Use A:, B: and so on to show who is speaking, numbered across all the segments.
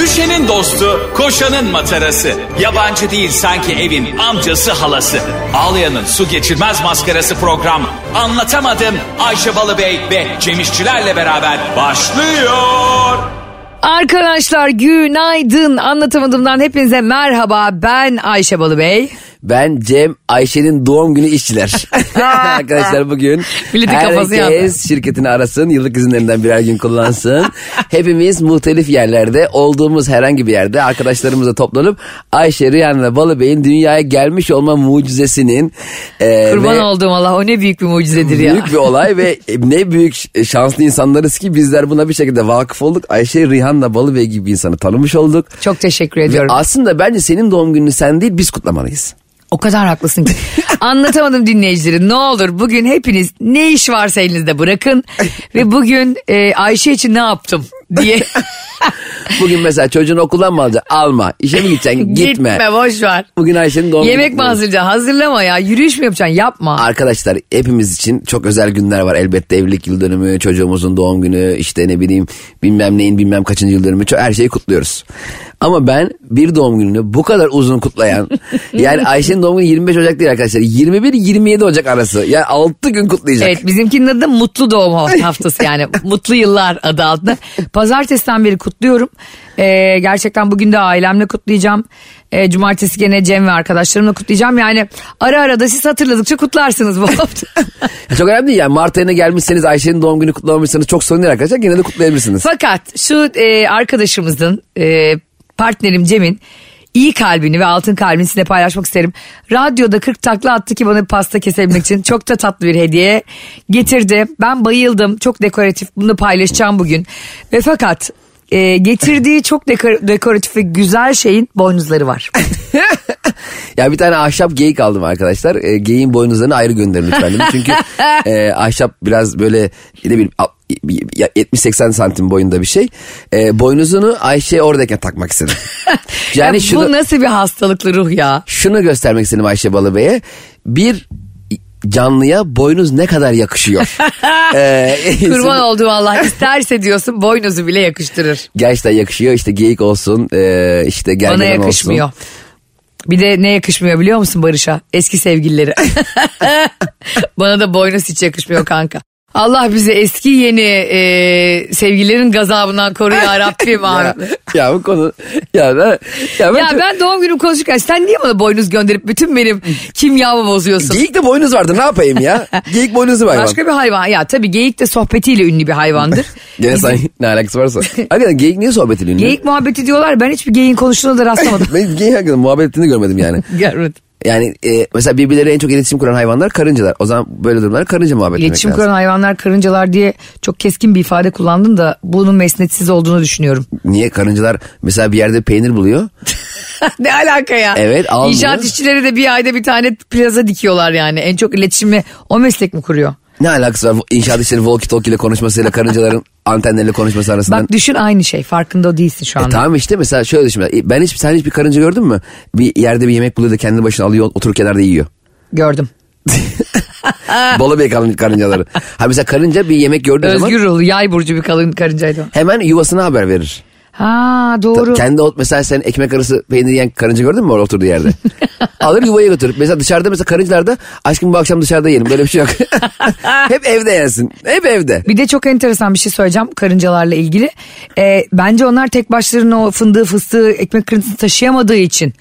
A: Ayşe'nin dostu, koşanın matarası. Yabancı değil sanki evin amcası halası. Ağlayan'ın su geçirmez maskarası program. Anlatamadım Ayşe Balıbey ve Cemişçilerle beraber başlıyor.
B: Arkadaşlar günaydın. Anlatamadığımdan hepinize merhaba. Ben Ayşe Balıbey.
C: Ben Cem Ayşe'nin doğum günü işçiler. Arkadaşlar bugün
B: Milletin kafası
C: herkes şirketini arasın, yıllık izinlerinden birer gün kullansın. Hepimiz muhtelif yerlerde, olduğumuz herhangi bir yerde arkadaşlarımızla toplanıp Ayşe Rihanna Balı Bey'in dünyaya gelmiş olma mucizesinin e,
B: Kurban
C: ve
B: olduğum Allah o ne büyük bir mucizedir ya.
C: büyük bir olay ve ne büyük ş- şanslı insanlarız ki bizler buna bir şekilde vakıf olduk. Ayşe Rihanna Balı Bey gibi bir insanı tanımış olduk.
B: Çok teşekkür
C: Ve
B: ediyorum.
C: aslında bence senin doğum gününü sen değil biz kutlamalıyız.
B: o kadar haklısın ki. Anlatamadım dinleyicileri. Ne olur bugün hepiniz ne iş varsa elinizde bırakın. ve bugün e, Ayşe için ne yaptım diye.
C: Bugün mesela çocuğun okuldan mı alacaksın? Alma. İşe mi gideceksin? Gitme.
B: Gitme boş ver.
C: Bugün Ayşe'nin doğum günü.
B: Yemek mi hazırlayacaksın? Hazırlama ya. Yürüyüş mü yapacaksın? Yapma.
C: Arkadaşlar hepimiz için çok özel günler var elbette evlilik yıl dönümü çocuğumuzun doğum günü işte ne bileyim bilmem neyin bilmem kaçıncı yıl dönümü çok her şeyi kutluyoruz. Ama ben bir doğum gününü bu kadar uzun kutlayan yani Ayşe'nin doğum günü 25 Ocak değil arkadaşlar 21-27 Ocak arası yani 6 gün kutlayacak.
B: Evet bizimkinin adı da Mutlu Doğum Haftası yani Mutlu Yıllar adı altında. Pazartesiden beri kutluyorum. Ee, gerçekten bugün de ailemle kutlayacağım. Ee, cumartesi gene Cem ve arkadaşlarımla kutlayacağım. Yani ara ara da siz hatırladıkça kutlarsınız bu hafta.
C: Çok önemli değil yani Mart ayına gelmişseniz Ayşe'nin doğum günü kutlamamışsanız çok sorun değil arkadaşlar gene de kutlayabilirsiniz.
B: Fakat şu e, arkadaşımızın e, partnerim Cem'in iyi kalbini ve altın kalbini sizinle paylaşmak isterim. Radyoda 40 takla attı ki bana bir pasta kesebilmek için. Çok da tatlı bir hediye getirdi. Ben bayıldım. Çok dekoratif. Bunu paylaşacağım bugün. Ve fakat e, getirdiği çok dekor- dekoratif ve güzel şeyin boynuzları var.
C: Ya bir tane ahşap geyik aldım arkadaşlar. E, geyiğin boynuzlarını ayrı gönderin lütfen dedim. Çünkü e, ahşap biraz böyle ne bileyim al- ya 70-80 santim boyunda bir şey. E, boynuzunu Ayşe oradayken takmak istedim. yani
B: Ya
C: şunu,
B: Bu nasıl bir hastalıklı ruh ya?
C: şunu göstermek istedim Ayşe Balıbey'e. Bir canlıya boynuz ne kadar yakışıyor. E,
B: Kurban olduğum Allah isterse diyorsun boynuzu bile yakıştırır.
C: Gerçekten yakışıyor işte geyik olsun e, işte gergedan
B: Bana
C: olsun.
B: yakışmıyor. Bir de ne yakışmıyor biliyor musun Barış'a? Eski sevgilileri. Bana da boynuz hiç yakışmıyor kanka. Allah bizi eski yeni e, sevgililerin gazabından koru ya Rabbim
C: Ya,
B: abi.
C: ya bu konu ya ben, ya ben,
B: Ya
C: çok-
B: ben doğum günüm konuşurken sen niye bana boynuz gönderip bütün benim kimyamı bozuyorsun?
C: Geyik de boynuz vardı ne yapayım ya? Geyik boynuzu var.
B: Başka bir hayvan ya tabii geyik de sohbetiyle ünlü bir hayvandır.
C: Gene sen ne alakası varsa. Hakikaten geyik niye sohbet ediliyor?
B: Geyik muhabbeti diyorlar ben hiçbir geyiğin konuştuğuna da rastlamadım.
C: Ben geyik hakkında muhabbet ettiğini görmedim yani.
B: Görmedim.
C: Yani e, mesela birbirleri en çok iletişim kuran hayvanlar karıncalar. O zaman böyle durumlarda karınca muhabbet etmek
B: İletişim
C: lazım.
B: kuran hayvanlar karıncalar diye çok keskin bir ifade kullandın da bunun mesnetsiz olduğunu düşünüyorum.
C: Niye karıncalar mesela bir yerde peynir buluyor.
B: ne alaka ya?
C: Evet, almıyor.
B: İnşaat işçileri de bir ayda bir tane plaza dikiyorlar yani. En çok iletişimi o meslek mi kuruyor?
C: Ne alakası var inşaat işleri walkie talkie ile konuşmasıyla karıncaların antenleriyle konuşması arasında?
B: Bak düşün aynı şey farkında o değilsin şu
C: E,
B: anda.
C: tamam işte mesela şöyle düşün. E, Ben hiç, sen hiç bir karınca gördün mü? Bir yerde bir yemek buluyor da kendi başına alıyor oturup kenarda yiyor.
B: Gördüm.
C: Bolu Bey karın- karıncaları. Ha mesela karınca bir yemek gördüğü zaman
B: Özgür ruhlu yay burcu bir kalın karıncaydı. o.
C: hemen yuvasına haber verir.
B: Ha doğru.
C: Kendi ot mesela sen ekmek arası peynir yiyen karınca gördün mü orada oturduğu yerde? Alır yuvaya götürür. Mesela dışarıda mesela karıncalarda aşkım bu akşam dışarıda yiyelim böyle bir şey yok. Hep evde yersin. Hep evde.
B: Bir de çok enteresan bir şey söyleyeceğim karıncalarla ilgili. Ee, bence onlar tek başlarına o fındığı fıstığı ekmek kırıntısını taşıyamadığı için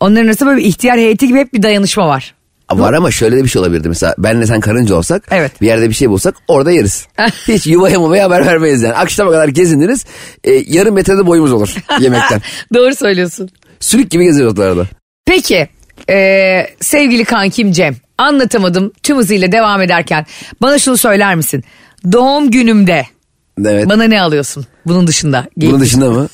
B: onların arasında böyle bir ihtiyar heyeti gibi hep bir dayanışma var.
C: Var ama şöyle de bir şey olabilirdi mesela benle sen karınca olsak
B: Evet.
C: bir yerde bir şey bulsak orada yeriz. Hiç yuvaya muvaya haber vermeyiz yani. Akşama kadar geziniriz e, yarım metrede boyumuz olur yemekten.
B: Doğru söylüyorsun.
C: Sülük gibi gezeriz ortalarda.
B: Peki e, sevgili kankim Cem anlatamadım tüm hızıyla devam ederken bana şunu söyler misin? Doğum günümde
C: Evet.
B: bana ne alıyorsun bunun dışında?
C: Bunun dışında mı?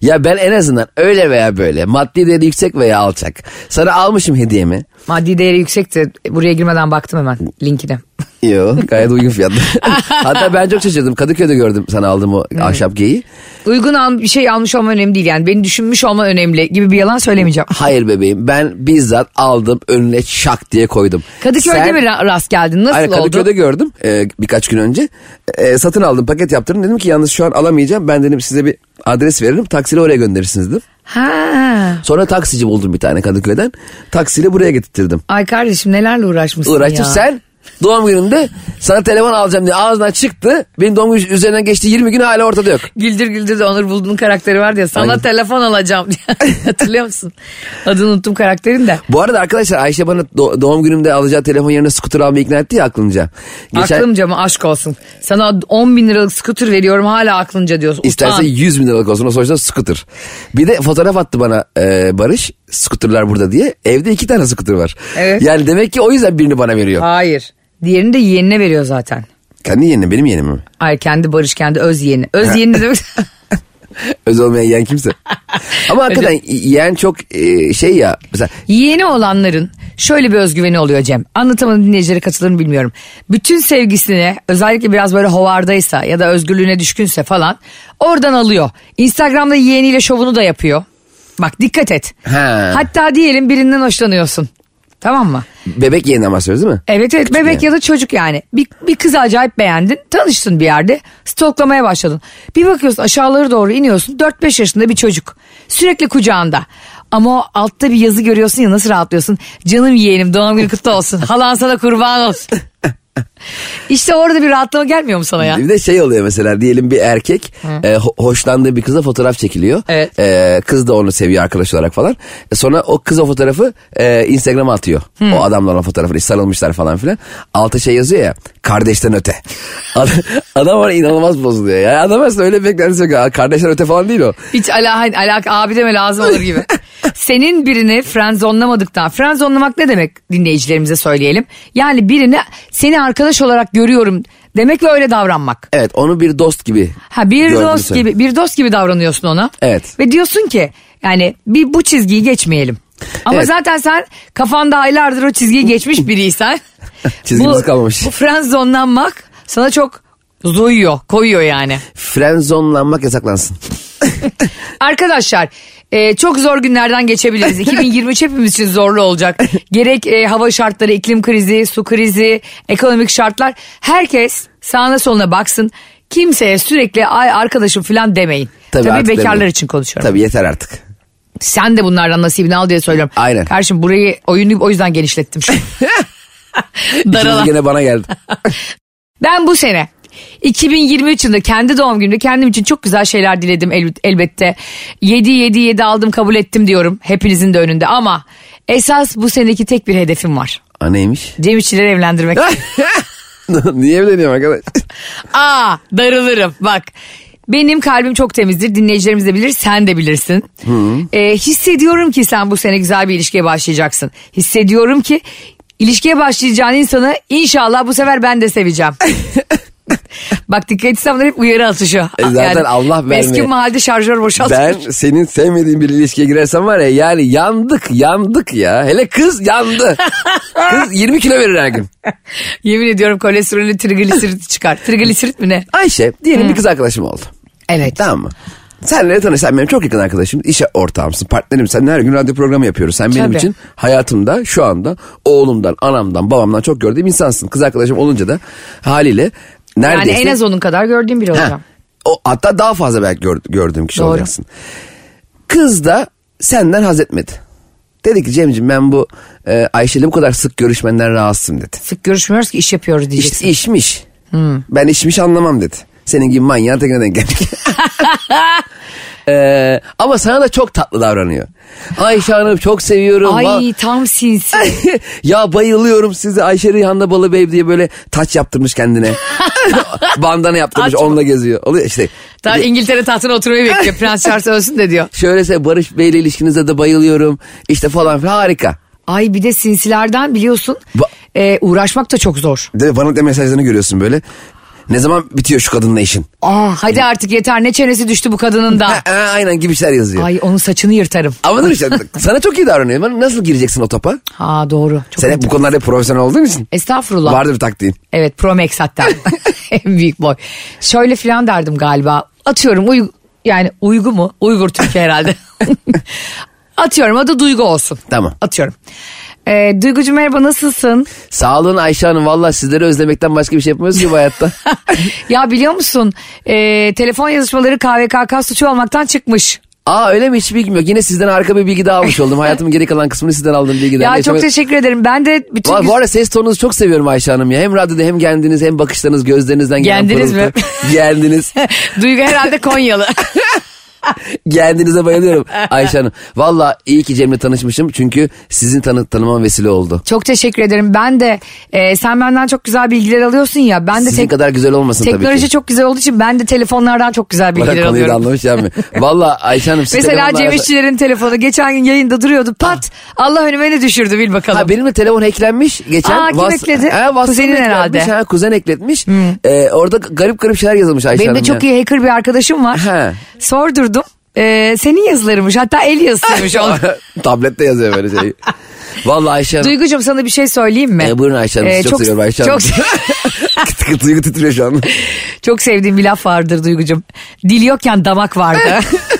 C: ya ben en azından öyle veya böyle maddi değeri yüksek veya alçak. Sana almışım hediyemi.
B: Maddi değeri yüksekti buraya girmeden baktım hemen linkine.
C: Yok gayet uygun fiyatlı. Hatta ben çok şaşırdım. Kadıköy'de gördüm sana aldım o ahşap geyi.
B: Uygun al, bir şey almış olma önemli değil yani. Beni düşünmüş olma önemli gibi bir yalan söylemeyeceğim.
C: Hayır bebeğim ben bizzat aldım önüne şak diye koydum.
B: Kadıköy'de
C: Sen-
B: mi ra- rast geldin? Nasıl
C: Hayır
B: oldu?
C: Kadıköy'de gördüm e, birkaç gün önce. E, satın aldım paket yaptırdım. Dedim ki yalnız şu an alamayacağım. Ben dedim size bir adres veririm. Taksiyle oraya gönderirsiniz dedim.
B: Ha.
C: Sonra taksici buldum bir tane Kadıköy'den. Taksiyle buraya getirttirdim.
B: Ay kardeşim nelerle uğraşmışsın
C: Uğraştım
B: ya.
C: sen doğum gününde sana telefon alacağım diye ağzından çıktı. Benim doğum günü üzerinden geçti 20 gün hala ortada yok.
B: Güldür güldür de Onur Bulut'un karakteri vardı ya sana
C: Aynen.
B: telefon alacağım diye. Hatırlıyor musun? Adını unuttum karakterin de.
C: Bu arada arkadaşlar Ayşe bana do- doğum günümde alacağı telefon yerine skuter almayı ikna etti ya aklınca. Geçen
B: Aklımca mı aşk olsun. Sana 10 bin liralık skuter veriyorum hala aklınca diyorsun.
C: isterse
B: Utan.
C: 100 bin liralık olsun o sonuçta skuter. Bir de fotoğraf attı bana e, Barış skuterlar burada diye. Evde iki tane skuter var.
B: Evet.
C: Yani demek ki o yüzden birini bana veriyor.
B: Hayır. Diğerini de yeğenine veriyor zaten.
C: Kendi yeğenim benim yeğenim mi?
B: Ay kendi Barış kendi öz yeğeni. Öz yeğeni de
C: Öz olmayan yeğen kimse. Ama hakikaten yeğen çok e, şey ya. Mesela
B: Yeğeni olanların şöyle bir özgüveni oluyor Cem. Anlatamadım dinleyicilere katılır mı bilmiyorum. Bütün sevgisini özellikle biraz böyle hovardaysa ya da özgürlüğüne düşkünse falan oradan alıyor. Instagram'da yeğeniyle şovunu da yapıyor. Bak dikkat et.
C: He.
B: Hatta diyelim birinden hoşlanıyorsun. Tamam mı?
C: bebek yeğeninden bahsediyoruz değil mi?
B: Evet evet bebek
C: yani.
B: ya da çocuk yani. Bir, bir kızı acayip beğendin. Tanıştın bir yerde. Stoklamaya başladın. Bir bakıyorsun aşağılara doğru iniyorsun. 4-5 yaşında bir çocuk. Sürekli kucağında. Ama o altta bir yazı görüyorsun ya nasıl rahatlıyorsun. Canım yeğenim doğum günü kutlu olsun. Halan sana kurban olsun. işte orada bir rahatlama gelmiyor mu sana ya?
C: Bir de şey oluyor mesela diyelim bir erkek e, ho- hoşlandığı bir kızla fotoğraf çekiliyor.
B: Evet.
C: E, kız da onu seviyor arkadaş olarak falan. E, sonra o kız o fotoğrafı e, Instagram'a atıyor. O adamla olan fotoğrafını sarılmışlar falan filan. Alta şey yazıyor ya kardeşten öte. Ad- adam var inanılmaz bozuluyor. Yani adam aslında öyle bir beklentisi yok. Ha, Kardeşten öte falan değil o.
B: Hiç ala, alak abi deme lazım olur gibi. Senin birini frenzonlamadıktan, frenzonlamak ne demek dinleyicilerimize söyleyelim. Yani birini seni arkadaş olarak görüyorum demek ve öyle davranmak.
C: Evet onu bir dost gibi.
B: Ha bir
C: gördüğünü
B: dost
C: söylüyor.
B: gibi bir dost gibi davranıyorsun ona.
C: Evet.
B: Ve diyorsun ki yani bir bu çizgiyi geçmeyelim. Ama
C: Evet.
B: zaten sen kafanda aylardır o çizgiyi geçmiş biriysen.
C: Çizgimiz
B: bu,
C: kalmamış.
B: Bu frenzonlanmak sana çok zoyuyor, koyuyor yani.
C: Frenzonlanmak yasaklansın.
B: Arkadaşlar e, çok zor günlerden geçebiliriz. 2023 hepimiz için zorlu olacak. Gerek e, hava şartları, iklim krizi, su krizi, ekonomik şartlar. Herkes sağına soluna baksın. Kimseye sürekli ay arkadaşım falan demeyin. Tabii,
C: artık
B: bekarlar
C: demeyin.
B: için konuşuyorum.
C: Tabii yeter artık.
B: Sen de bunlardan nasibini al diye söylüyorum.
C: Aynen.
B: Karşım burayı oyunu o yüzden genişlettim. şu an. Daralan.
C: Şimdi gene bana geldi.
B: Ben bu sene 2023 yılında kendi doğum günümde kendim için çok güzel şeyler diledim el- elbette. 7 7 7 aldım kabul ettim diyorum hepinizin de önünde ama esas bu seneki tek bir hedefim var.
C: Aa neymiş?
B: Cem İşçileri evlendirmek.
C: Niye evleniyorum arkadaş?
B: Aa darılırım bak. Benim kalbim çok temizdir. Dinleyicilerimiz de bilir, sen de bilirsin. Ee, hissediyorum ki sen bu sene güzel bir ilişkiye başlayacaksın. Hissediyorum ki ilişkiye başlayacağın insanı inşallah bu sefer ben de seveceğim. Bak dikkat etsem bunlar hep uyarı atışı.
C: E, zaten Allah vermeye-
B: Eski mahallede şarjör boşaltmış.
C: Ben senin sevmediğin bir ilişkiye girersem var ya yani yandık yandık ya. Hele kız yandı. kız 20 kilo verir her gün.
B: Yemin ediyorum kolesterolü trigliserit çıkar. Trigliserit mi ne?
C: Ayşe diyelim bir kız arkadaşım oldu.
B: Evet.
C: Tamam mı? Senle tanışsam benim çok yakın arkadaşım. işe ortağımsın, partnerim. Sen her gün radyo programı yapıyoruz. Sen benim
B: Tabii.
C: için hayatımda şu anda oğlumdan, anamdan, babamdan çok gördüğüm insansın. Kız arkadaşım olunca da haliyle
B: Yani
C: neredeyse...
B: en az onun kadar gördüğüm biri
C: Ha,
B: olacağım.
C: o hatta daha fazla belki gör- gördüğüm kişi
B: Doğru.
C: olacaksın. Kız da senden haz etmedi. Dedi ki Cemciğim ben bu e, Ayşe'yle bu kadar sık görüşmenden rahatsızım dedi.
B: Sık görüşmüyoruz ki iş yapıyoruz diyeceksin. Hmm.
C: İşte işmiş. Ben işmiş anlamam dedi. Senin gibi manyağın tekine denk geldik. E, ama sana da çok tatlı davranıyor. Ayşe Hanım çok seviyorum.
B: Ay
C: Va-
B: tam sinsi.
C: ya bayılıyorum size Ayşe Rihanna Balıbey diye böyle taç yaptırmış kendine. Bandana yaptırmış
B: Taç mı?
C: onunla geziyor. Oluyor işte.
B: Daha İngiltere tahtına oturmayı bekliyor. Prens Charles ölsün de diyor.
C: Şöylese Barış Bey'le ilişkinize de bayılıyorum. İşte falan filan harika.
B: Ay bir de sinsilerden biliyorsun
C: Ba-
B: e, uğraşmak da çok zor.
C: De, bana da mesajlarını görüyorsun böyle. Ne zaman bitiyor şu kadınla işin?
B: Aa, hadi artık yeter ne çenesi düştü bu kadının da.
C: Ah. Ha, ha, aynen gibi şeyler yazıyor.
B: Ay onun saçını yırtarım.
C: Ama dur işte sana çok iyi davranıyor. Bana Nasıl gireceksin o topa?
B: Ha doğru. Çok
C: Sen hep bu konularda profesyonel olduğun için.
B: Estağfurullah.
C: Vardır bir taktiğin.
B: Evet Promex hatta. en büyük boy. Şöyle filan derdim galiba. Atıyorum uy yani uygu mu? Uygur Türkçe herhalde. Atıyorum adı Duygu olsun.
C: Tamam.
B: Atıyorum. Ee, Duygucu merhaba nasılsın?
C: Sağ olun Ayşe Hanım. Valla sizleri özlemekten başka bir şey yapmıyoruz ki bu hayatta.
B: ya biliyor musun Ee, telefon yazışmaları KVKK suçu olmaktan çıkmış.
C: Aa öyle mi hiç bilgim yok. Yine sizden harika bir bilgi daha almış oldum. Hayatımın geri kalan kısmını sizden aldığım bilgiden.
B: ya
C: Neyse,
B: çok
C: ben-
B: teşekkür ederim. Ben de bütün
C: Bu,
B: güz-
C: bu arada ses tonunuzu çok seviyorum Ayşe Hanım ya. Hem radyoda hem kendiniz hem bakışlarınız gözlerinizden gelen
B: Gendiniz mi?
C: pırıltı. Geldiniz.
B: Duygu herhalde Konyalı.
C: Kendinize bayılıyorum Ayşe Hanım. Valla iyi ki Cem'le tanışmışım çünkü sizin tanı tanımam vesile oldu.
B: çok teşekkür ederim. Ben de e, sen benden çok güzel bilgiler alıyorsun ya. Ben de
C: Sizin
B: tek-
C: kadar güzel olmasın tabii
B: Teknoloji
C: ki.
B: çok güzel olduğu için ben de telefonlardan çok güzel
C: Bana
B: bilgiler
C: konuyu da
B: alıyorum.
C: anlamış yani. Valla Ayşe Hanım siz
B: Mesela
C: telefonla
B: Cem
C: arasa-
B: İşçilerin telefonu geçen gün yayında duruyordu. Pat Allah önüme ne düşürdü bil bakalım.
C: Ha, benim de telefon hacklenmiş geçen.
B: Aa, kim hackledi?
C: WhatsApp
B: Kuzenin
C: hacklenmiş,
B: herhalde. Hmm.
C: Ha, kuzen ekletmiş. Ee, orada garip garip şeyler yazılmış Ayşe
B: benim
C: Hanım.
B: de çok iyi hacker bir arkadaşım var.
C: He.
B: Sordurdum. Ee, senin yazılarıymış hatta el yazısıymış o.
C: Tablette yazıyor böyle şey. Valla Ayşe Hanım.
B: Duygucuğum sana bir şey söyleyeyim mi?
C: Ee, buyurun Ayşe Hanım.
B: Ee,
C: sizi çok, seviyorum Ayşe Hanım.
B: Çok,
C: kıt kıt duygu titriyor şu an.
B: çok sevdiğim bir laf vardır Duygucuğum. Dil yokken damak vardı.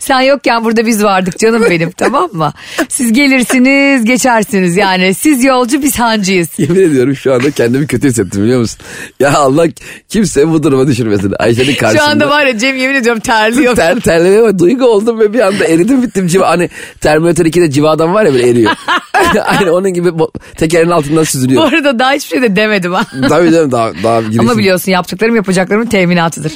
B: Sen yokken burada biz vardık canım benim tamam mı? Siz gelirsiniz geçersiniz yani siz yolcu biz hancıyız.
C: Yemin ediyorum şu anda kendimi kötü hissettim biliyor musun? Ya Allah kimse bu duruma düşürmesin. Ayşe'nin karşısında.
B: Şu anda var ya Cem yemin ediyorum terliyor.
C: Ter, terlemeye bak, duygu oldum ve bir anda eridim bittim. Civa, hani Terminator 2'de civadan var ya böyle eriyor. Aynen onun gibi bo- tekerin altından
B: Bu
C: süzülüyor.
B: arada daha hiçbir şey de demedim ha.
C: Tabii canım daha, daha girişim.
B: Ama biliyorsun yaptıklarım yapacaklarımın teminatıdır.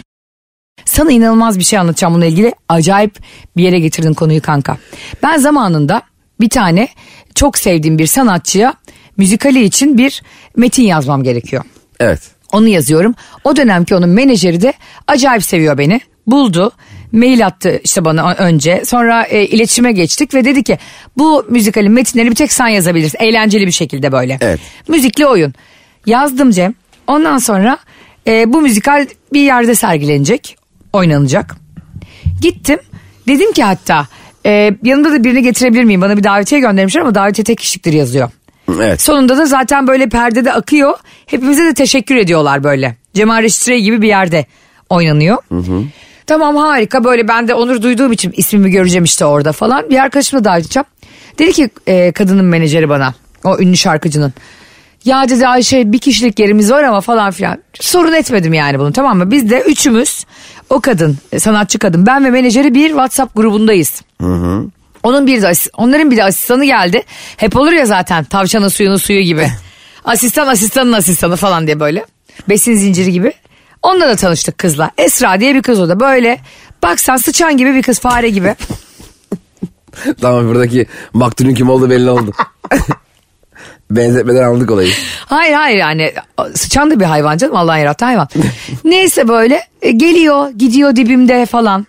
B: Sana inanılmaz bir şey anlatacağım bununla ilgili. Acayip bir yere getirdin konuyu kanka. Ben zamanında bir tane çok sevdiğim bir sanatçıya müzikali için bir metin yazmam gerekiyor.
C: Evet.
B: Onu yazıyorum. O dönemki onun menajeri de acayip seviyor beni. Buldu. Mail attı işte bana ö- önce. Sonra e, iletişime geçtik ve dedi ki bu müzikalin metinlerini bir tek sen yazabilirsin. Eğlenceli bir şekilde böyle.
C: Evet.
B: Müzikli oyun. Yazdım Cem. Ondan sonra e, bu müzikal bir yerde sergilenecek. Oynanacak. Gittim. Dedim ki hatta e, yanımda da birini getirebilir miyim? Bana bir davetiye göndermişler ama davetiye tek kişiliktir yazıyor.
C: Evet.
B: Sonunda da zaten böyle perdede akıyor. Hepimize de teşekkür ediyorlar böyle. Cemal Reşit Rey gibi bir yerde oynanıyor. Tamam harika böyle ben de onur duyduğum için ismimi göreceğim işte orada falan. Bir arkadaşımla da arayacağım. Dedi ki e, kadının menajeri bana o ünlü şarkıcının. Ya dedi Ayşe bir kişilik yerimiz var ama falan filan. Sorun etmedim yani bunu tamam mı? Biz de üçümüz o kadın e, sanatçı kadın ben ve menajeri bir WhatsApp grubundayız. Onun bir de asist- onların bir de asistanı geldi. Hep olur ya zaten tavşanın suyunun suyu gibi. Asistan asistanın asistanı falan diye böyle. Besin zinciri gibi. Onunla da tanıştık kızla. Esra diye bir kız o da böyle. Baksan sıçan gibi bir kız fare gibi.
C: Tamam buradaki maktulün kim olduğu belli oldu. Benzetmeden anladık olayı.
B: Hayır hayır yani sıçan da bir hayvan canım Allah'ın yarattığı hayvan. Neyse böyle e, geliyor gidiyor dibimde falan.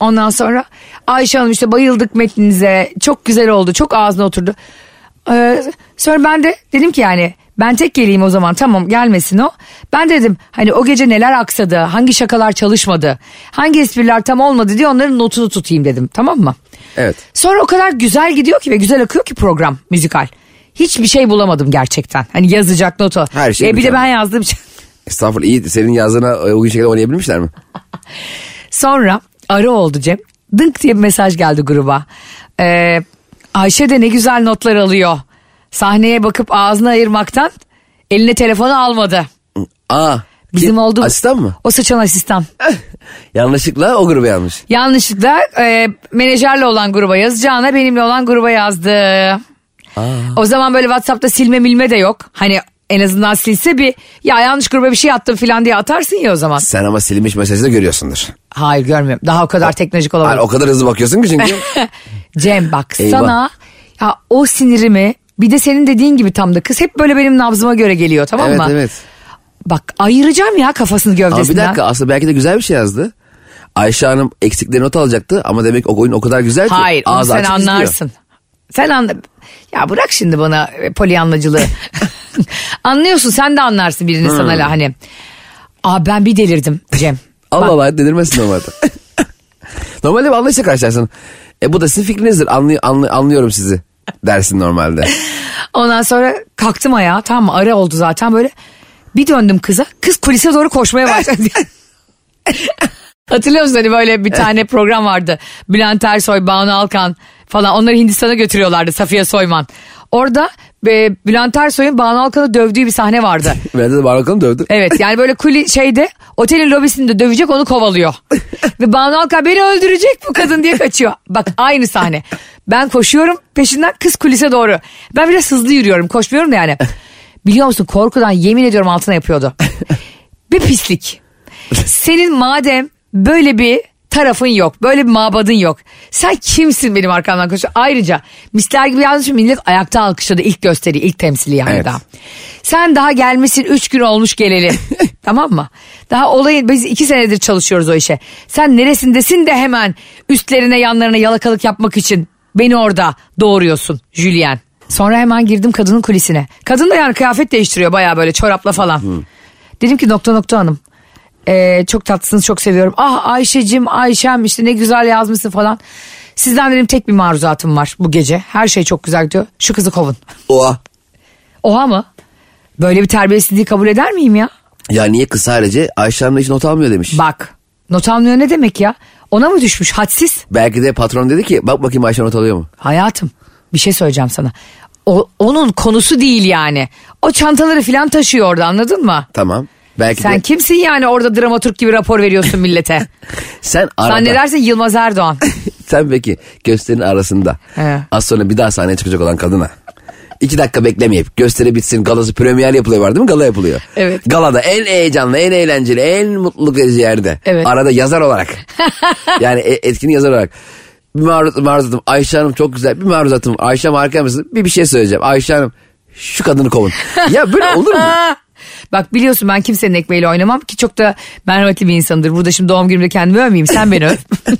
B: Ondan sonra Ayşe Hanım işte bayıldık metninize çok güzel oldu çok ağzına oturdu. Ee, sonra ben de dedim ki yani ben tek geleyim o zaman tamam gelmesin o. Ben de dedim hani o gece neler aksadı hangi şakalar çalışmadı hangi espriler tam olmadı diye onların notunu tutayım dedim tamam mı?
C: Evet.
B: Sonra o kadar güzel gidiyor ki ve güzel akıyor ki program müzikal. Hiçbir şey bulamadım gerçekten. Hani yazacak notu.
C: Her şey
B: E bir de
C: mükemmel.
B: ben yazdım.
C: Estağfurullah iyi senin yazdığına uygun şekilde oynayabilmişler mi?
B: Sonra ara oldu Cem. Dınk diye bir mesaj geldi gruba. Ee, Ayşe de ne güzel notlar alıyor. Sahneye bakıp ağzını ayırmaktan eline telefonu almadı.
C: Aa.
B: Bizim
C: kim?
B: olduğumuz...
C: Asistan mı?
B: O sıçan asistan.
C: Yanlışlıkla o gruba yanlış.
B: Yanlışlıkla e, menajerle olan gruba yazacağına benimle olan gruba yazdı. O zaman böyle Whatsapp'ta silme milme de yok. Hani en azından silse bir ya yanlış gruba bir şey attım falan diye atarsın ya o zaman.
C: Sen ama silinmiş mesajı da görüyorsundur.
B: Hayır görmüyorum. Daha o kadar teknolojik
C: Yani
B: olamam.
C: o kadar hızlı bakıyorsun ki çünkü.
B: Cem bak
C: Eyvah.
B: sana ya o sinirimi bir de senin dediğin gibi tam da kız hep böyle benim nabzıma göre geliyor tamam
C: evet
B: mı?
C: evet.
B: Bak ayıracağım ya kafasını
C: Ama
B: gövdesinden.
C: bir dakika aslında belki de güzel bir şey yazdı. Ayşe Hanım eksikleri not alacaktı ama demek o oyun o kadar güzel ki.
B: Hayır onu
C: ağzı
B: sen
C: açık izliyor.
B: anlarsın. Sen anla... Ya bırak şimdi bana e, polyanlacılığı. Anlıyorsun sen de anlarsın birini sana
C: Hmm.
B: la hani. Aa ben bir delirdim Cem.
C: Allah Allah delirmesin normalde. normalde bir anlayışla karşılarsın. E bu da sizin fikrinizdir anlı, anlı- anlıyorum sizi dersin normalde.
B: Ondan sonra kalktım ayağa tamam mı ara oldu zaten böyle. Bir döndüm kıza kız kulise doğru koşmaya başladı. Hatırlıyor musun hani böyle bir tane program vardı. Bülent Ersoy, Banu Alkan falan onları Hindistan'a götürüyorlardı Safiye Soyman. Orada e, Bülent Ersoy'un Banu Alkan'ı dövdüğü bir sahne vardı.
C: Bence de Barbakan'ı dövdü.
B: Evet yani böyle kuli şeyde otelin lobisinde dövecek onu kovalıyor. Ve Banu Alkan beni öldürecek bu kadın diye kaçıyor. Bak aynı sahne. Ben koşuyorum peşinden kız kulise doğru. Ben biraz hızlı yürüyorum koşmuyorum da yani. Biliyor musun korkudan yemin ediyorum altına yapıyordu. Bir pislik. Senin madem böyle bir tarafın yok. Böyle bir mabadın yok. Sen kimsin benim arkamdan koşuyor? Ayrıca misler gibi yazmışım millet ayakta alkışladı ilk gösteri, ilk temsili yani
C: Evet.
B: daha. Sen daha gelmişsin 3 gün olmuş geleli. tamam mı? Daha olayın biz 2 senedir çalışıyoruz o işe. Sen neresindesin de hemen üstlerine yanlarına yalakalık yapmak için beni orada doğuruyorsun Julien. Sonra hemen girdim kadının kulisine. Kadın da yani kıyafet değiştiriyor baya böyle çorapla falan. Dedim ki nokta nokta hanım. Ee, çok tatlısınız çok seviyorum. Ah Ayşe'cim Ayşem işte ne güzel yazmışsın falan. Sizden benim tek bir maruzatım var bu gece. Her şey çok güzel diyor. Şu kızı kovun.
C: Oha.
B: Oha mı? Böyle bir terbiyesizliği kabul eder miyim ya?
C: Ya niye kız sadece Ayşe Hanım'la hiç not almıyor demiş.
B: Bak not almıyor ne demek ya? Ona mı düşmüş hadsiz?
C: Belki de patron dedi ki bak bakayım Ayşe not alıyor mu?
B: Hayatım bir şey söyleyeceğim sana. O, onun konusu değil yani. O çantaları filan taşıyor orada anladın mı?
C: Tamam. Belki
B: Sen
C: de
B: kimsin yani orada dramaturg gibi rapor veriyorsun millete?
C: sen arada.
B: Zannedersin Yılmaz Erdoğan.
C: Sen peki gösterinin arasında
B: He.
C: az sonra bir daha sahneye çıkacak olan kadına iki dakika beklemeyip gösteri bitsin galası premier yapılıyor var değil mi gala yapılıyor.
B: Evet.
C: Galada en heyecanlı en eğlenceli en mutluluk verici yerde.
B: Evet.
C: Arada yazar olarak yani e- etkin yazar olarak bir maruz, maruzatım Ayşe Hanım çok güzel bir maruzatım Ayşe Hanım harika mısın bir bir şey söyleyeceğim Ayşe Hanım şu kadını kovun. ya böyle olur mu?
B: Bak biliyorsun ben kimsenin ekmeğiyle oynamam ki çok da merhametli bir insanımdır. Burada şimdi doğum günümde kendimi övmeyeyim sen beni öv.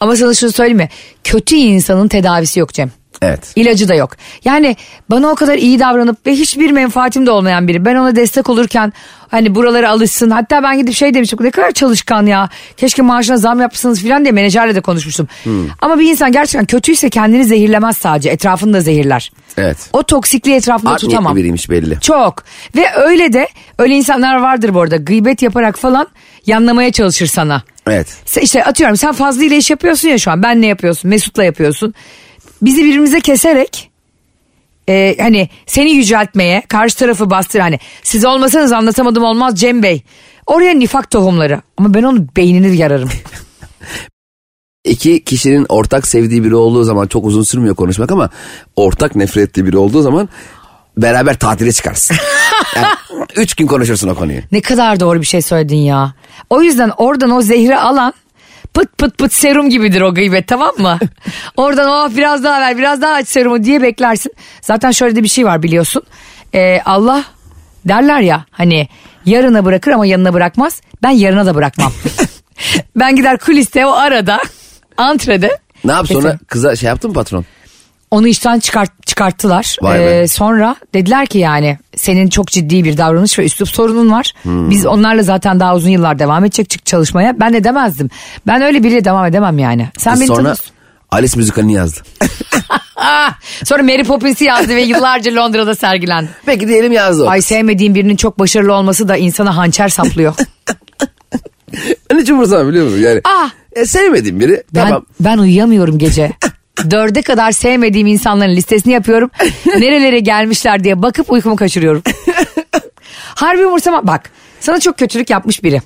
B: Ama sana şunu söyleyeyim mi? Kötü insanın tedavisi yok Cem.
C: Evet.
B: İlacı da yok. Yani bana o kadar iyi davranıp ve hiçbir menfaatim de olmayan biri. Ben ona destek olurken hani buralara alışsın. Hatta ben gidip şey demiştim ne kadar çalışkan ya. Keşke maaşına zam yapsanız falan diye menajerle de konuşmuştum.
C: Hmm.
B: Ama bir insan gerçekten kötüyse kendini zehirlemez sadece. Etrafını da zehirler.
C: Evet.
B: O toksikliği etrafında
C: Art niyetli
B: tutamam.
C: biriymiş belli.
B: Çok. Ve öyle de öyle insanlar vardır bu arada. Gıybet yaparak falan yanlamaya çalışır sana.
C: Evet.
B: Sen işte atıyorum sen fazla ile iş yapıyorsun ya şu an. Ben ne yapıyorsun? Mesut'la yapıyorsun. Bizi birbirimize keserek e, hani seni yüceltmeye karşı tarafı bastır hani siz olmasanız anlatamadım olmaz Cem Bey. Oraya nifak tohumları ama ben onun beynini yararım.
C: İki kişinin ortak sevdiği biri olduğu zaman çok uzun sürmüyor konuşmak ama ortak nefret ettiği biri olduğu zaman beraber tatile çıkarsın. Yani üç gün konuşursun o konuyu.
B: ne kadar doğru bir şey söyledin ya. O yüzden oradan o zehri alan pıt pıt pıt serum gibidir o gıybet tamam mı? oradan oh biraz daha ver biraz daha aç serumu diye beklersin. Zaten şöyle de bir şey var biliyorsun. Ee, Allah derler ya hani yarına bırakır ama yanına bırakmaz. Ben yarına da bırakmam. ben gider kuliste o arada antrede.
C: Ne yap sonra
B: Kesin.
C: kıza şey yaptın mı patron?
B: Onu işten çıkart, çıkarttılar.
C: Vay be.
B: Ee, sonra dediler ki yani senin çok ciddi bir davranış ve üslup sorunun var.
C: Hmm.
B: Biz onlarla zaten daha uzun yıllar devam edecek çık çalışmaya. Ben de demezdim. Ben öyle biriyle devam edemem yani. Sen
C: Kız
B: beni
C: sonra
B: tanıyorsun.
C: Alice müzikalini yazdı.
B: Ah! Sonra Mary Poppins'i yazdı ve yıllarca Londra'da sergilendi.
C: Peki diyelim yazdı o.
B: Ay sevmediğim birinin çok başarılı olması da insana hançer saplıyor.
C: Ben hiç umursamam biliyor musun? Yani,
B: Ah!
C: e, sevmediğim biri.
B: Ben,
C: Tamam.
B: ben uyuyamıyorum gece. Dörde kadar sevmediğim insanların listesini yapıyorum. Nerelere gelmişler diye bakıp uykumu kaçırıyorum. Harbi umursama bak sana çok kötülük yapmış biri.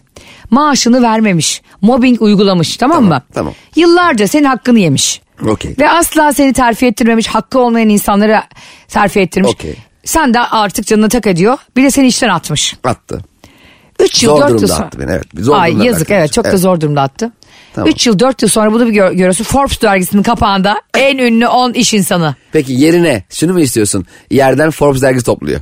B: Maaşını vermemiş. Mobbing uygulamış tamam, mı?
C: tamam.
B: Yıllarca senin hakkını yemiş.
C: Okey.
B: Ve asla seni terfi ettirmemiş. Hakkı olmayan insanlara terfi ettirmiş.
C: Okey.
B: Sen de artık canına tak ediyor. Bir de seni işten atmış.
C: Attı.
B: 3 yıl
C: Zor
B: 4 yıl
C: durumda
B: sonra.
C: attı beni, evet. Zor
B: Ay
C: durumda
B: yazık
C: bıraktı beni.
B: evet çok da
C: Evet.
B: zor durumda attı. 3
C: Tamam.
B: yıl 4 yıl sonra bunu bir gör- görüyorsun. Forbes dergisinin kapağında en ünlü 10 iş insanı.
C: Peki yerine şunu mu istiyorsun? Yerden Forbes dergisi topluyor.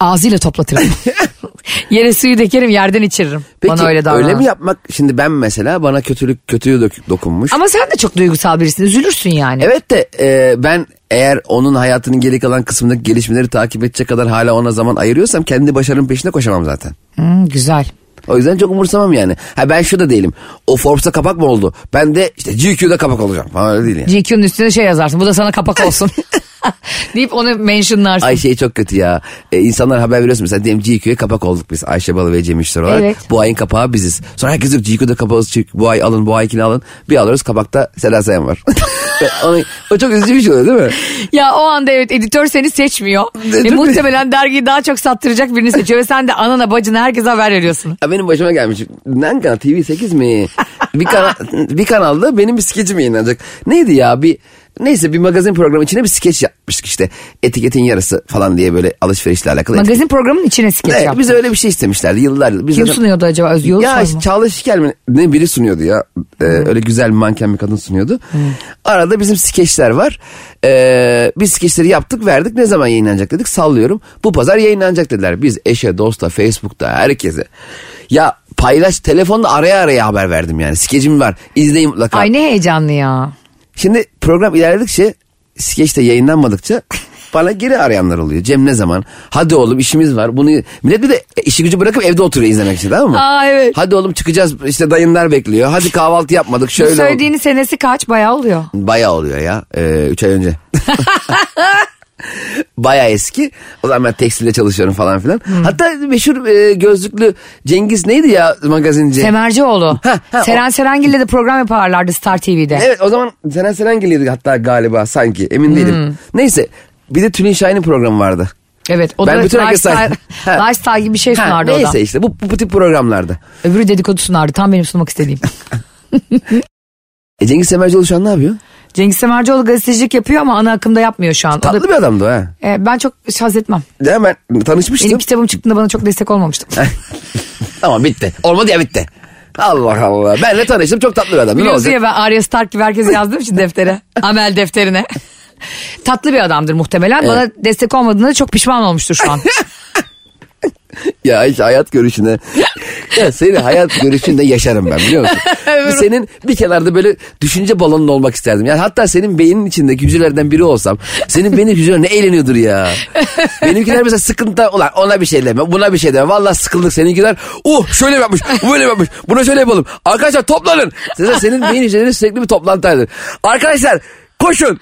B: ağzıyla toplatırım. Yere suyu dökerim yerden içiririm.
C: Peki
B: Bana öyle
C: öyle,
B: davranan.
C: mi yapmak? Şimdi ben mesela bana kötülük kötüyü dök- dokunmuş.
B: Ama sen de çok duygusal birisin. Üzülürsün yani.
C: Evet de e, ben eğer onun hayatının geri kalan kısmındaki gelişmeleri takip edecek kadar hala ona zaman ayırıyorsam kendi başarımın peşinde koşamam zaten.
B: Hmm, güzel.
C: O yüzden çok umursamam yani. Ha ben şu da değilim. O Forbes'a kapak mı oldu? Ben de işte GQ'da kapak olacağım falan öyle değil yani.
B: GQ'nun üstüne şey yazarsın. Bu da sana kapak olsun. deyip onu mentionlarsın.
C: Ay şey çok kötü ya. E, insanlar haber veriyorsun mesela diyelim GQ'ya kapak olduk biz. Ayşe Balı ve Cem İşler olarak.
B: Evet.
C: Bu ayın kapağı biziz. Sonra herkes diyor GQ'da kapağız çık. Bu ay alın bu aykini alın. Bir alıyoruz kapakta Seda Sayan var. Ve onu- o çok üzücü bir şey oluyor değil mi?
B: Ya o anda evet editör seni seçmiyor.
C: değil
B: Ve
C: mi?
B: muhtemelen dergiyi daha çok sattıracak birini seçiyor. Ve sen de anana bacına herkese haber veriyorsun.
C: Ya benim başıma gelmiş. Hangi kanal? TV8 mi? Bir, kana, bir kanalda benim bir skeçim yayınlanacak. Neydi ya bir... Neyse bir magazin programı içine bir skeç yapmıştık işte. Etiketin yarısı falan diye böyle alışverişle alakalı. etiket-
B: Magazin programının içine skeç
C: Evet,
B: yaptın.
C: biz öyle bir şey istemişlerdi yıllar yıl. Biz
B: Kim
C: zaten-
B: sunuyordu acaba? Özgür Yolsuz
C: Ya
B: mu?
C: Çağla Şikel mi? Ne biri sunuyordu ya. Ee, Öyle güzel bir manken bir kadın sunuyordu. Arada bizim skeçler var. Ee, biz skeçleri yaptık verdik. Ne zaman yayınlanacak dedik sallıyorum. Bu pazar yayınlanacak dediler. Biz eşe, dosta, Facebook'ta herkese. Ya paylaş telefonda araya araya haber verdim yani. Skecim var. İzleyin mutlaka.
B: Ay ne heyecanlı ya.
C: Şimdi program ilerledikçe skeçte yayınlanmadıkça bana geri arayanlar oluyor. Cem ne zaman? Hadi oğlum işimiz var. Bunu millet bir de işi gücü bırakıp evde oturuyor izlemek için tamam mı?
B: Aa, evet.
C: Hadi oğlum çıkacağız işte dayınlar bekliyor. Hadi kahvaltı yapmadık
B: Bu
C: şöyle oldu.
B: söylediğini senesi kaç bayağı oluyor.
C: Bayağı oluyor ya. 3 ay önce. Bayağı eski. O zaman ben tekstilde çalışıyorum falan filan.
B: Hmm.
C: Hatta meşhur e, gözlüklü Cengiz neydi ya magazinci?
B: Semercioğlu.
C: E, Ha, ha, o- E,
B: Seren Serengil'le de program yaparlardı Star TV'de.
C: Evet o zaman Seren Serengil'iydi hatta galiba sanki emin
B: Hmm.
C: değilim. Neyse bir de Tülin Şahin'in programı vardı.
B: Evet o
C: Ben
B: da
C: bütün herkes-
B: lifestyle,
C: Ha.
B: lifestyle gibi bir şey
C: Ha,
B: sunardı o da.
C: neyse işte bu, bu, bu tip programlarda.
B: Öbürü dedikodu sunardı. Tam benim sunmak istediğim.
C: E, Cengiz Semercioğlu şu an ne yapıyor?
B: Cengiz Semercioğlu gazetecilik yapıyor ama ana akımda yapmıyor şu an. O da-
C: Tatlı bir adamdı o ha.
B: E, ben çok haz etmem.
C: Hemen
B: Benim
C: tanışmıştım.
B: kitabım çıktığında bana çok destek olmamıştım.
C: Tamam bitti. Olmadı ya bitti. Allah Allah. Benle tanıştım çok tatlı bir adam. Ne
B: Biliyorsun
C: olacak?
B: ya ben Arya Stark gibi herkese yazdığım için deftere. Amel defterine. Tatlı bir adamdır muhtemelen. Bana destek olmadığında da çok pişman olmuştur şu an.
C: Ya işte hayat görüşüne. ya senin hayat görüşünde yaşarım ben biliyor musun? Bir senin bir kenarda böyle düşünce balonun olmak isterdim. Yani hatta senin beynin içindeki hücrelerden biri olsam senin benim hücreler ne eğleniyordur ya. Benimkiler mesela sıkıntı ulan ona bir şey deme buna bir şey deme. Vallahi sıkıldık seninkiler. Uh şöyle mi yapmış bu böyle mi yapmış buna şöyle yapalım. Arkadaşlar toplanın. Mesela senin beyin hücreleri sürekli bir toplantıydı. Arkadaşlar koşun.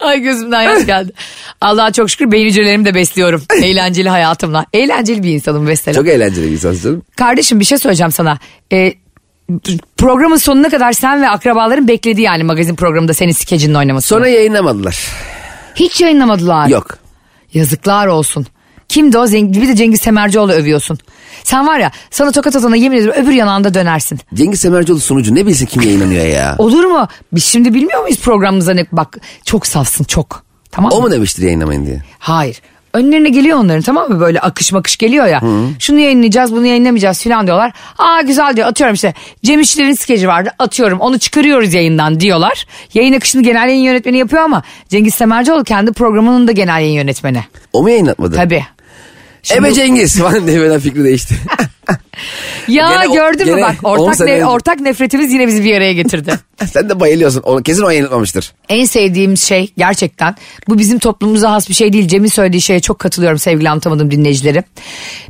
B: Ay gözümden yaş geldi. Allah'a çok şükür beyin hücrelerimi de besliyorum. Eğlenceli hayatımla. Eğlenceli bir insanım mesela.
C: Çok eğlenceli bir insansın. canım.
B: Kardeşim bir şey söyleyeceğim sana. Ee, programın sonuna kadar sen ve akrabaların bekledi yani magazin programında senin skecinin oynaması.
C: Sonra yayınlamadılar.
B: Hiç yayınlamadılar.
C: Yok.
B: Yazıklar olsun. Kimdi o zengin? Bir de Cengiz Semercioğlu övüyorsun. Sen var ya sana tokat atana yemin ediyorum öbür yanağında dönersin.
C: Cengiz Semercioğlu sunucu ne bilsin kim yayınlanıyor ya.
B: Olur mu? Biz şimdi bilmiyor muyuz programımıza ne? Bak çok safsın çok. Tamam mı?
C: O mu demiştir yayınlamayın diye?
B: Hayır. Önlerine geliyor onların tamam mı böyle akış makış geliyor ya. Şunu yayınlayacağız bunu yayınlamayacağız filan diyorlar. Aa güzel diyor atıyorum işte Cem İşçilerin skeci vardı atıyorum onu çıkarıyoruz yayından diyorlar. Yayın akışını genel yayın yönetmeni yapıyor ama Cengiz Semercioğlu kendi programının da genel yayın yönetmeni.
C: O mu yayınlatmadı?
B: Tabii.
C: Ebe Cengiz falan diye böyle fikri değişti.
B: Ya
C: Gene o-
B: gördün mü
C: gene
B: bak
C: 10
B: ortak,
C: sene
B: ne-
C: önce.
B: ortak nefretimiz yine bizi bir araya getirdi.
C: Sen de bayılıyorsun. O, kesin o yayınlatmamıştır.
B: en sevdiğim şey gerçekten bu bizim toplumumuza has bir şey değil. Cem'in söylediği şeye çok katılıyorum sevgili anlatamadım dinleyicileri.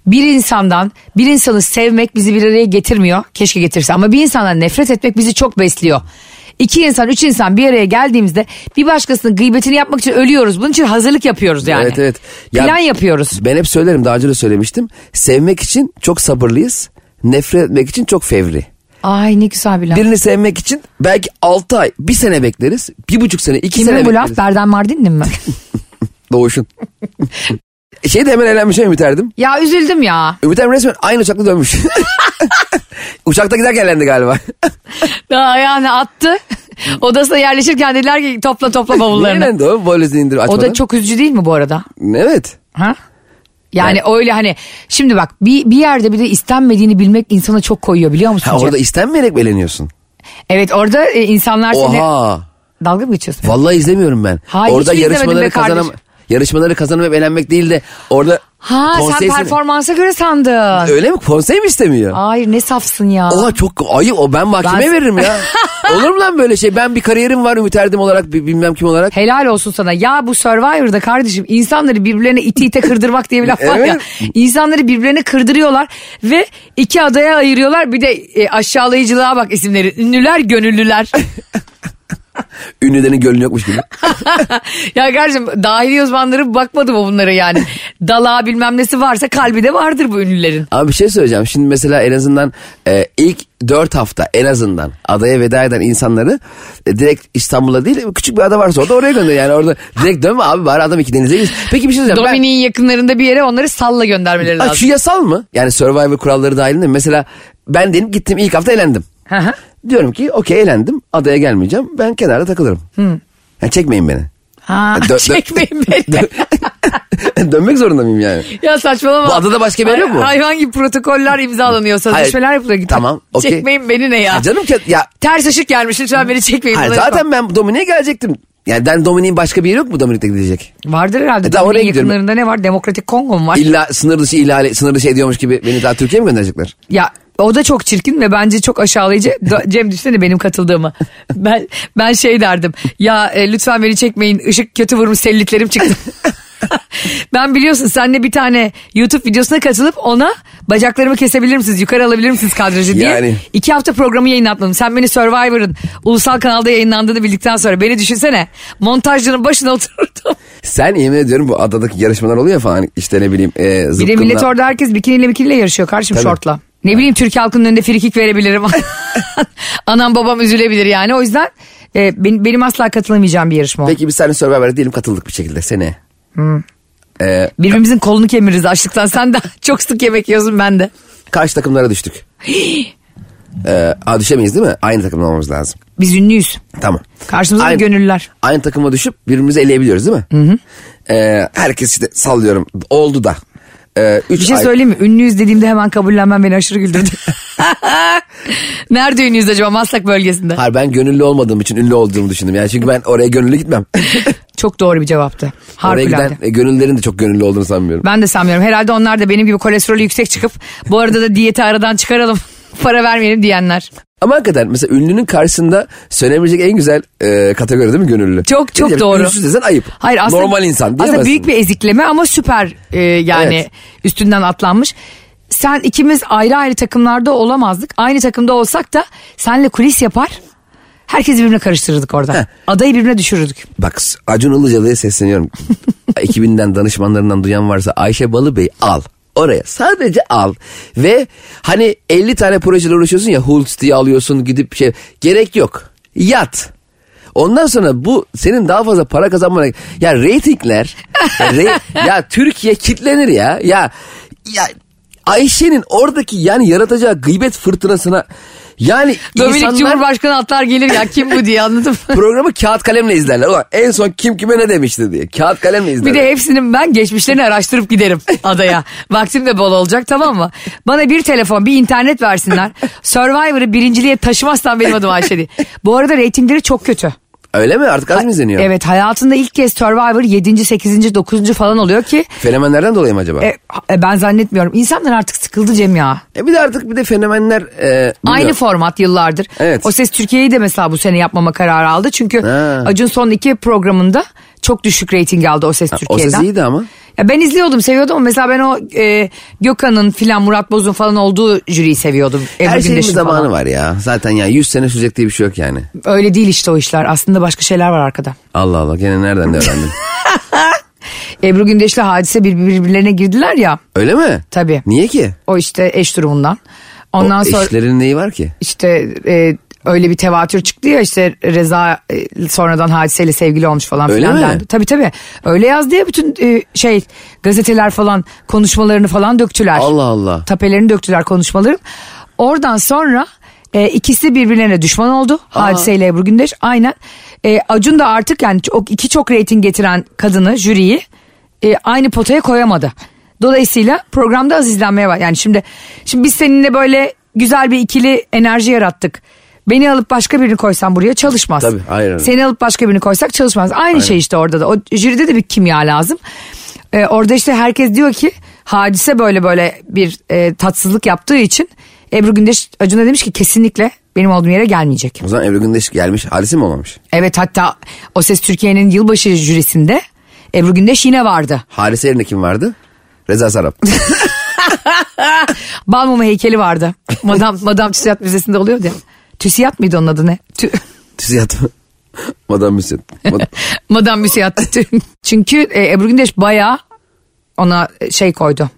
B: Bir insandan bir insanı sevmek bizi bir araya getirmiyor. Keşke getirse ama bir insandan nefret etmek bizi çok besliyor. İki insan, üç insan bir araya geldiğimizde bir başkasının gıybetini yapmak için ölüyoruz. Bunun için hazırlık yapıyoruz yani.
C: Evet evet.
B: Plan yapıyoruz.
C: Ben hep söylerim daha önce de söylemiştim. Sevmek için çok sabırlıyız. Nefret etmek için çok fevri.
B: Ay ne güzel bir laf.
C: Birini sevmek için belki 6 ay, bir sene bekleriz. Bir buçuk sene, iki sene
B: Kimin bu
C: bekleriz.
B: laf? Berdan Mardin'in mi?
C: Doğuşun. şey de hemen eğlenmiş Ümit Erdem.
B: ya üzüldüm ya.
C: Ümit Erdem resmen aynı uçakta dönmüş. Uçakta giderken elendi galiba.
B: Daha yani attı. Odasına yerleşirken dediler ki topla topla
C: Niye
B: bavullarını.
C: elendi o? Boylesini indir
B: O
C: açmadan.
B: da çok üzücü değil mi bu arada?
C: Evet.
B: Ha? Yani öyle hani şimdi bak bir, bir yerde bir de istenmediğini bilmek insana çok koyuyor biliyor musun?
C: Ha,
B: Cem?
C: orada istenmeyerek mi eleniyorsun?
B: Evet orada e, insanlar seni
C: Oha.
B: dalga mı geçiyorsun?
C: Vallahi izlemiyorum ben.
B: Hayır,
C: Orada
B: hiç izlemedim
C: yarışmaları
B: be kardeşim.
C: kazanam. Yarışmaları kazanıp eğlenmek değil de orada
B: Ha
C: konsey
B: sen
C: istemi-
B: performansa göre sandın.
C: Öyle mi? Konsey mi istemiyor?
B: Hayır ne safsın ya.
C: Oha çok ayıp o ben mahkemeye
B: Ben-
C: veririm ya. Olur mu lan böyle şey? Ben bir kariyerim var Ümit Erdem olarak bi- bilmem kim olarak.
B: Helal olsun sana. Ya bu Survivor'da kardeşim insanları birbirlerine iti ite kırdırmak diye bir laf var ya. İnsanları birbirlerine kırdırıyorlar ve iki adaya ayırıyorlar. Bir de e, aşağılayıcılığa bak isimleri. Ünlüler, gönüllüler.
C: Ünlülerin gönlü yokmuş gibi.
B: ya kardeşim dahili uzmanları bakmadı mı bunlara yani? Dalağı bilmem nesi varsa kalbi de vardır bu ünlülerin.
C: Ama bir şey söyleyeceğim. Şimdi mesela en azından e, ilk 4 hafta en azından adaya veda eden insanları e, direkt İstanbul'a değil küçük bir ada varsa orada oraya gönder. Yani orada direkt dönme abi bari adam iki denize gitsin. Peki bir şey söyleyeceğim. Ben-
B: Dominik'in yakınlarında bir yere onları salla göndermeleri
C: Ay, şu
B: lazım.
C: yasal mı? Yani Survivor kuralları dahilinde mi? Mesela ben diyelim gittim ilk hafta elendim.
B: Hı hı.
C: Diyorum ki okey elendim adaya gelmeyeceğim ben kenarda takılırım. Yani çekmeyin beni.
B: ha,
C: Dö- dö-
B: çekmeyin beni.
C: Dönmek zorunda mıyım yani?
B: Ya saçmalama.
C: Bu adada başka bir yer yok mu?
B: Hayvan gibi protokoller imzalanıyor. Sözleşmeler
C: Hayır.
B: yapılıyor. Git-
C: Tamam, okey.
B: Çekmeyin beni ne ya?
C: Ya canım ke- ya
B: Ters ışık gelmiş lütfen beni çekmeyin.
C: hayır,
B: Bunları yapma.
C: zaten ben Dominik'e gelecektim. Yani ben Dominik'in başka bir yeri yok mu Dominik'te gidecek?
B: Vardır herhalde.
C: E, tamam,
B: Dominik'in
C: oraya gidiyorum.
B: yakınlarında ne var? Demokratik Kongo mu var?
C: İlla sınır dışı ihlal, sınır dışı ediyormuş gibi beni daha Türkiye'ye mi gönderecekler?
B: ya o da çok çirkin ve bence çok aşağılayıcı. Do- Cem düşünsene benim katıldığımı. Ben ben şey derdim. Ya e, lütfen beni çekmeyin. Işık kötü vurmuş sellitlerim çıktı. ben biliyorsun senle bir tane YouTube videosuna katılıp ona bacaklarımı kesebilir misiniz? Yukarı alabilir misiniz kadrajı diye.
C: Yani.
B: İki hafta programı yayınlatmadım. Sen beni Survivor'ın ulusal kanalda yayınlandığını bildikten sonra beni düşünsene. Montajcının başına oturdum.
C: Sen yemin ediyorum bu adadaki yarışmalar oluyor falan işte ne bileyim e,
B: Bir de
C: zıpkınla-
B: millet orada herkes bikiniyle bikiniyle yarışıyor kardeşim
C: Tabii.
B: şortla. Ne bileyim Türkiye halkının önünde frikik verebilirim. Anam babam üzülebilir yani. O yüzden e, benim, benim asla katılamayacağım bir yarışma o.
C: Peki biz seninle Survivor'a diyelim katıldık bir şekilde seneye. E,
B: Birbirimizin kolunu kemiririz açlıktan. Sen de çok sık yemek yiyorsun ben de.
C: karşı takımlara düştük. e, aa, düşemeyiz değil mi? Aynı takımda olmamız lazım.
B: Biz ünlüyüz.
C: Tamam.
B: Karşımıza da
C: Aynı-
B: gönüllüler.
C: Aynı takıma düşüp birbirimizi eleyebiliyoruz değil mi? Hı hı. herkes işte sallıyorum oldu da. E, üç
B: Bir şey
C: ay-
B: söyleyeyim mi? Ünlüyüz dediğimde hemen kabullenmen beni aşırı güldürdü. Nerede ünlüyüz acaba? Maslak bölgesinde.
C: Hayır ben gönüllü olmadığım için ünlü olduğumu düşündüm. Yani çünkü ben oraya gönüllü gitmem.
B: Çok doğru bir cevaptı.
C: oraya
B: Harikulade.
C: giden e, gönüllülerin de çok gönüllü olduğunu sanmıyorum.
B: Ben de sanmıyorum. Herhalde onlar da benim gibi kolesterolü yüksek çıkıp bu arada da diyeti aradan çıkaralım. Para vermeyelim diyenler.
C: Ama hakikaten mesela ünlünün karşısında söylenebilecek en güzel e, kategori değil mi gönüllü?
B: Çok çok
C: Diyeceğim,
B: doğru.
C: Ünsüz desen ayıp.
B: Hayır aslında,
C: Normal insan
B: Aslında
C: diyemezsin.
B: büyük bir ezikleme ama süper e, yani
C: Evet.
B: üstünden atlanmış. Sen ikimiz ayrı ayrı takımlarda olamazdık. Aynı takımda olsak da senle kulis yapar. Herkesi birbirine karıştırırdık orada. Adayı birbirine düşürürdük.
C: Bak Acun Ilıcalı'ya sesleniyorum. 2000'den danışmanlarından duyan varsa Ayşe Balıbey al. Oraya sadece al ve hani 50 tane projeyle uğraşıyorsun ya Hulz diye alıyorsun gidip şey gerek yok yat. Ondan sonra bu senin daha fazla para kazanmana ya reytingler ya, re- ya Türkiye kitlenir ya ya ya Ayşe'nin oradaki yani yaratacağı gıybet fırtınasına yani
B: Dominik
C: insanlar-
B: Cumhurbaşkanı atlar gelir ya kim bu diye anladın mı?
C: programı kağıt kalemle izlerler. Ulan en son kim kime ne demişti diye. Kağıt kalemle izlerler.
B: Bir de hepsinin ben geçmişlerini araştırıp giderim adaya. Vaktim de bol olacak tamam mı? Bana bir telefon bir internet versinler. Survivor'ı birinciliğe taşımazsan benim adım Ayşe değil. Bu arada reytingleri çok kötü.
C: Öyle mi? Artık az mı izleniyor?
B: Evet hayatında ilk kez Survivor 7. 8. 9. falan oluyor ki
C: Fenomenlerden dolayı mı acaba?
B: e, e, ben zannetmiyorum. İnsanlar artık sıkıldı Cem ya.
C: E bir de artık bir de fenomenler... e, bilmiyorum.
B: Aynı format yıllardır.
C: Evet.
B: O Ses Türkiye'yi de mesela bu sene yapmama kararı aldı. Çünkü
C: Ha.
B: Acun son iki programında çok düşük reyting aldı O Ses
C: O
B: Türkiye'den.
C: ses iyiydi ama.
B: Ya ben izliyordum seviyordum ama mesela ben o e, Gökhan'ın filan Murat Boz'un falan olduğu jüriyi seviyordum. Ebru
C: Her şeyin bir
B: Gündeş'in
C: zamanı
B: falan.
C: var ya. Zaten ya 100 sene sürecek diye bir şey yok yani.
B: Öyle değil işte o işler aslında başka şeyler var arkada.
C: Allah Allah gene nereden de öğrendin?
B: Ebru Gündeş'le Hadise bir- birbirlerine girdiler ya
C: Öyle mi?
B: Tabii.
C: Niye ki?
B: o işte eş durumundan. Ondan
C: o
B: sonra
C: eşlerin neyi var ki?
B: işte e, öyle bir tevatür çıktı ya işte Reza e, sonradan hadiseyle sevgili olmuş falan
C: Öyle
B: filan
C: mi?
B: dendi. Tabii tabii öyle yazdı ya bütün e, şey gazeteler falan konuşmalarını falan döktüler.
C: Allah Allah.
B: Tapelerini döktüler konuşmaların. Oradan sonra e, ikisi birbirlerine düşman oldu. Hadise ile Ebru Gündeş aynen. E, Acun da artık yani çok, iki çok reyting getiren kadını jüriyi e, aynı potaya koyamadı. Dolayısıyla programda az izlenmeye var. Yani şimdi şimdi biz seninle böyle güzel bir ikili enerji yarattık. Beni alıp başka birini koysan buraya çalışmaz.
C: Tabii, aynen.
B: Seni alıp başka birini koysak çalışmaz. Aynı şey işte orada da. O jüride de bir kimya lazım. Ee, orada işte herkes diyor ki hadise böyle böyle bir e, tatsızlık yaptığı için Ebru Gündeş Acun'a demiş ki kesinlikle benim olduğum yere gelmeyecek.
C: O zaman Ebru Gündeş gelmiş. Hadise mi olmamış?
B: Evet hatta O Ses Türkiye'nin yılbaşı jürisinde Ebru Gündeş yine vardı.
C: Hadise yerine kim vardı? Reza Sarap.
B: Balmumu heykeli vardı. Madam, Madam Tüsiyat Müzesi'nde oluyordu ya. Tüsiyat mıydı onun adı ne? Tü,
C: Tüsiyat. Madame Müsiyat.
B: Madam Müsiyat. Tü- Çünkü e, Ebru Gündeş bayağı ona e, şey koydu.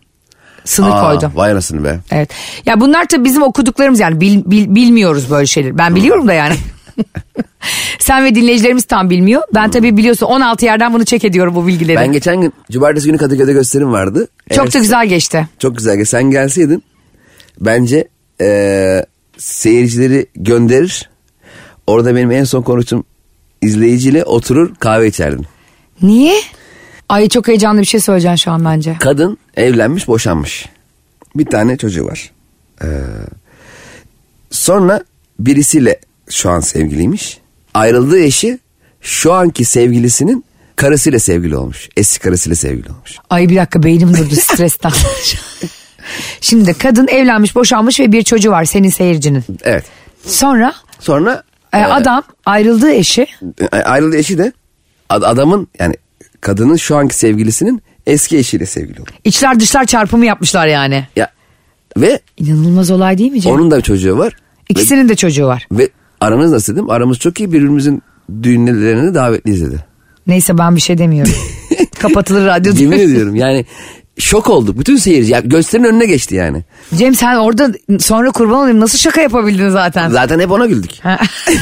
B: Sınır koydu.
C: Vay anasını be.
B: Evet. Ya bunlar tabii bizim okuduklarımız yani bil- bil- bilmiyoruz böyle şeyleri. Ben biliyorum da yani. Sen ve dinleyicilerimiz tam bilmiyor. Ben tabii biliyorsun 16 yerden bunu çek ediyorum bu bilgileri.
C: Ben geçen gün cumartesi günü Kadıköy'de gösterim vardı.
B: Çok
C: Eğer-
B: da güzel geçti.
C: Çok güzel. Sen gelseydin bence eee, seyircileri gönderir. Orada benim en son konuştuğum izleyiciyle oturur kahve içerdin.
B: Niye? Ay çok heyecanlı bir şey söyleyeceksin şu an bence.
C: Kadın evlenmiş boşanmış. Bir tane çocuğu var. Ee, sonra birisiyle şu an sevgiliymiş. Ayrıldığı eşi şu anki sevgilisinin karısıyla sevgili olmuş. Eski karısıyla sevgili olmuş.
B: Ay bir dakika beynim durdu stresten. Şimdi kadın evlenmiş, boşanmış ve bir çocuğu var senin seyircinin.
C: Evet.
B: Sonra
C: Sonra
B: e,
C: e,
B: adam ayrıldığı eşi
C: a- E, ayrıldığı eşi de ad- adamın yani kadının şu anki sevgilisinin eski eşiyle sevgili olmuş.
B: içler dışlar çarpımı yapmışlar yani.
C: Ya ve
B: İnanılmaz olay değil mi Cem?
C: onun da bir çocuğu var.
B: İkisinin de çocuğu var.
C: Ve aramız nasıl dedim? Aramız çok iyi. Birbirimizin düğünlerine davetliyiz dedi.
B: Neyse ben bir şey demiyorum. Kapatılır radyo.
C: Yemin ediyorum yani şok olduk. Bütün seyirci ya gösterinin önüne geçti yani.
B: Cem sen orada sonra kurban olayım nasıl şaka yapabildin zaten?
C: Zaten hep ona güldük.
B: Ha.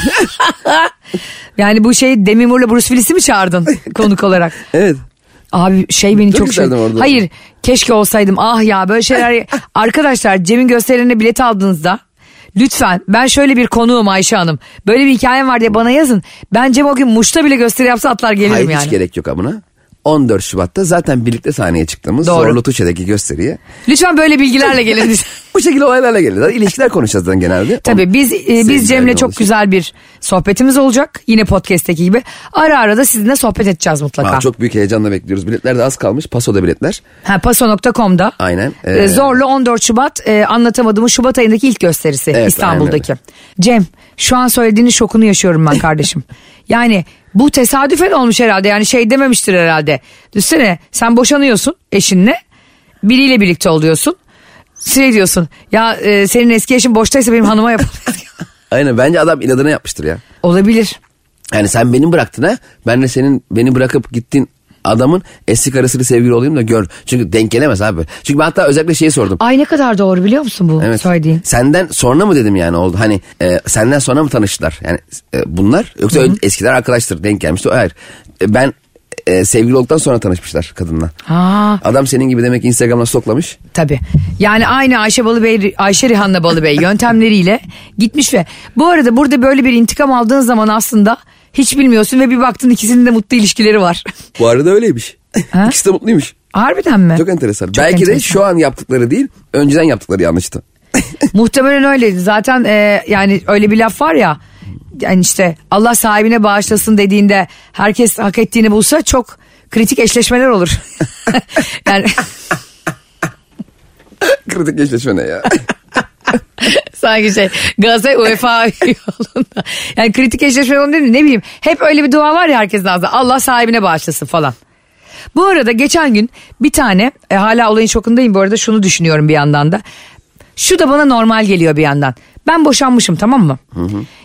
B: yani bu şey Demi Moore'la Bruce Willis'i mi çağırdın konuk olarak?
C: Evet.
B: Abi şey beni
C: Çok
B: çok şey...
C: güzeldim orada.
B: Hayır keşke olsaydım ah ya böyle şeyler... Arkadaşlar Cem'in gösterine bilet aldığınızda lütfen ben şöyle bir konuğum Ayşe Hanım. Böyle bir hikayem var diye bana yazın. Ben Cem o gün Muş'ta bile gösteri yapsa atlar gelirim
C: Hayır
B: yani.
C: hiç gerek yok amına. 14 Şubat'ta zaten birlikte sahneye çıktığımız
B: Doğru.
C: Zorlu Tuşe'deki gösteriye.
B: Lütfen böyle bilgilerle gelin.
C: Bu şekilde olaylarla geldi. Zaten ilişkiler konuşacağız zaten genelde.
B: Tabii
C: Onun-
B: biz e, biz
C: sevgililerle
B: Cem'le
C: olduğu
B: çok
C: için.
B: güzel bir sohbetimiz olacak. Yine podcast'teki gibi. Ara ara da sizinle sohbet edeceğiz mutlaka.
C: Aa, çok büyük heyecanla bekliyoruz. Biletler de az kalmış. Paso'da biletler.
B: Ha, paso.com'da.
C: Aynen.
B: Ee,
C: Ee,
B: Zorlu 14 Şubat e, anlatamadığımı Şubat ayındaki ilk gösterisi
C: Evet,
B: İstanbul'daki. Cem şu an söylediğinin şokunu yaşıyorum ben kardeşim. yani bu tesadüfen olmuş herhalde yani şey dememiştir herhalde. Düşsene sen boşanıyorsun eşinle biriyle birlikte oluyorsun. Şey diyorsun ya e, senin eski eşin boştaysa benim hanıma yap.
C: Aynen bence adam inadına yapmıştır ya.
B: Olabilir.
C: Yani sen beni bıraktın ha. Ben de senin beni bırakıp gittin adamın eski karısıyla sevgili olayım da gör. Çünkü denk gelemez abi. Çünkü ben hatta özellikle şeyi sordum.
B: Ay ne kadar doğru biliyor musun bu
C: Evet.
B: söylediğin?
C: Senden sonra mı dedim yani oldu. Hani e, senden sonra mı tanıştılar? Yani e, bunlar yoksa ön- eskiden arkadaştır denk gelmişti. Hayır. E, ben e, sevgili olduktan sonra tanışmışlar kadınla.
B: Ha.
C: Adam senin gibi demek ki Instagram'dan stoklamış.
B: Tabii. Yani aynı Ayşe Balıbey, Ayşe Rihanna Balıbey yöntemleriyle gitmiş ve bu arada burada böyle bir intikam aldığın zaman aslında hiç bilmiyorsun ve bir baktın ikisinin de mutlu ilişkileri var.
C: Bu arada öyleymiş.
B: Ha?
C: İkisi de mutluymuş.
B: Harbiden mi?
C: Çok enteresan.
B: Çok
C: Belki de
B: enteresan.
C: şu an yaptıkları değil, önceden yaptıkları yanlıştı.
B: Muhtemelen öyleydi. Zaten e, yani öyle bir laf var ya. Yani işte Allah sahibine bağışlasın dediğinde herkes hak ettiğini bulsa çok kritik eşleşmeler olur. yani
C: Kritik eşleşme ne ya?
B: Sanki şey Galatasaray UEFA yolunda. Yani kritik eşleşme yolunda değil mi? Ne bileyim. Hep öyle bir dua var ya herkesin ağzında. Allah sahibine bağışlasın falan. Bu arada geçen gün bir tane e, hala olayın şokundayım bu arada şunu düşünüyorum bir yandan da. Şu da bana normal geliyor bir yandan. Ben boşanmışım tamam mı?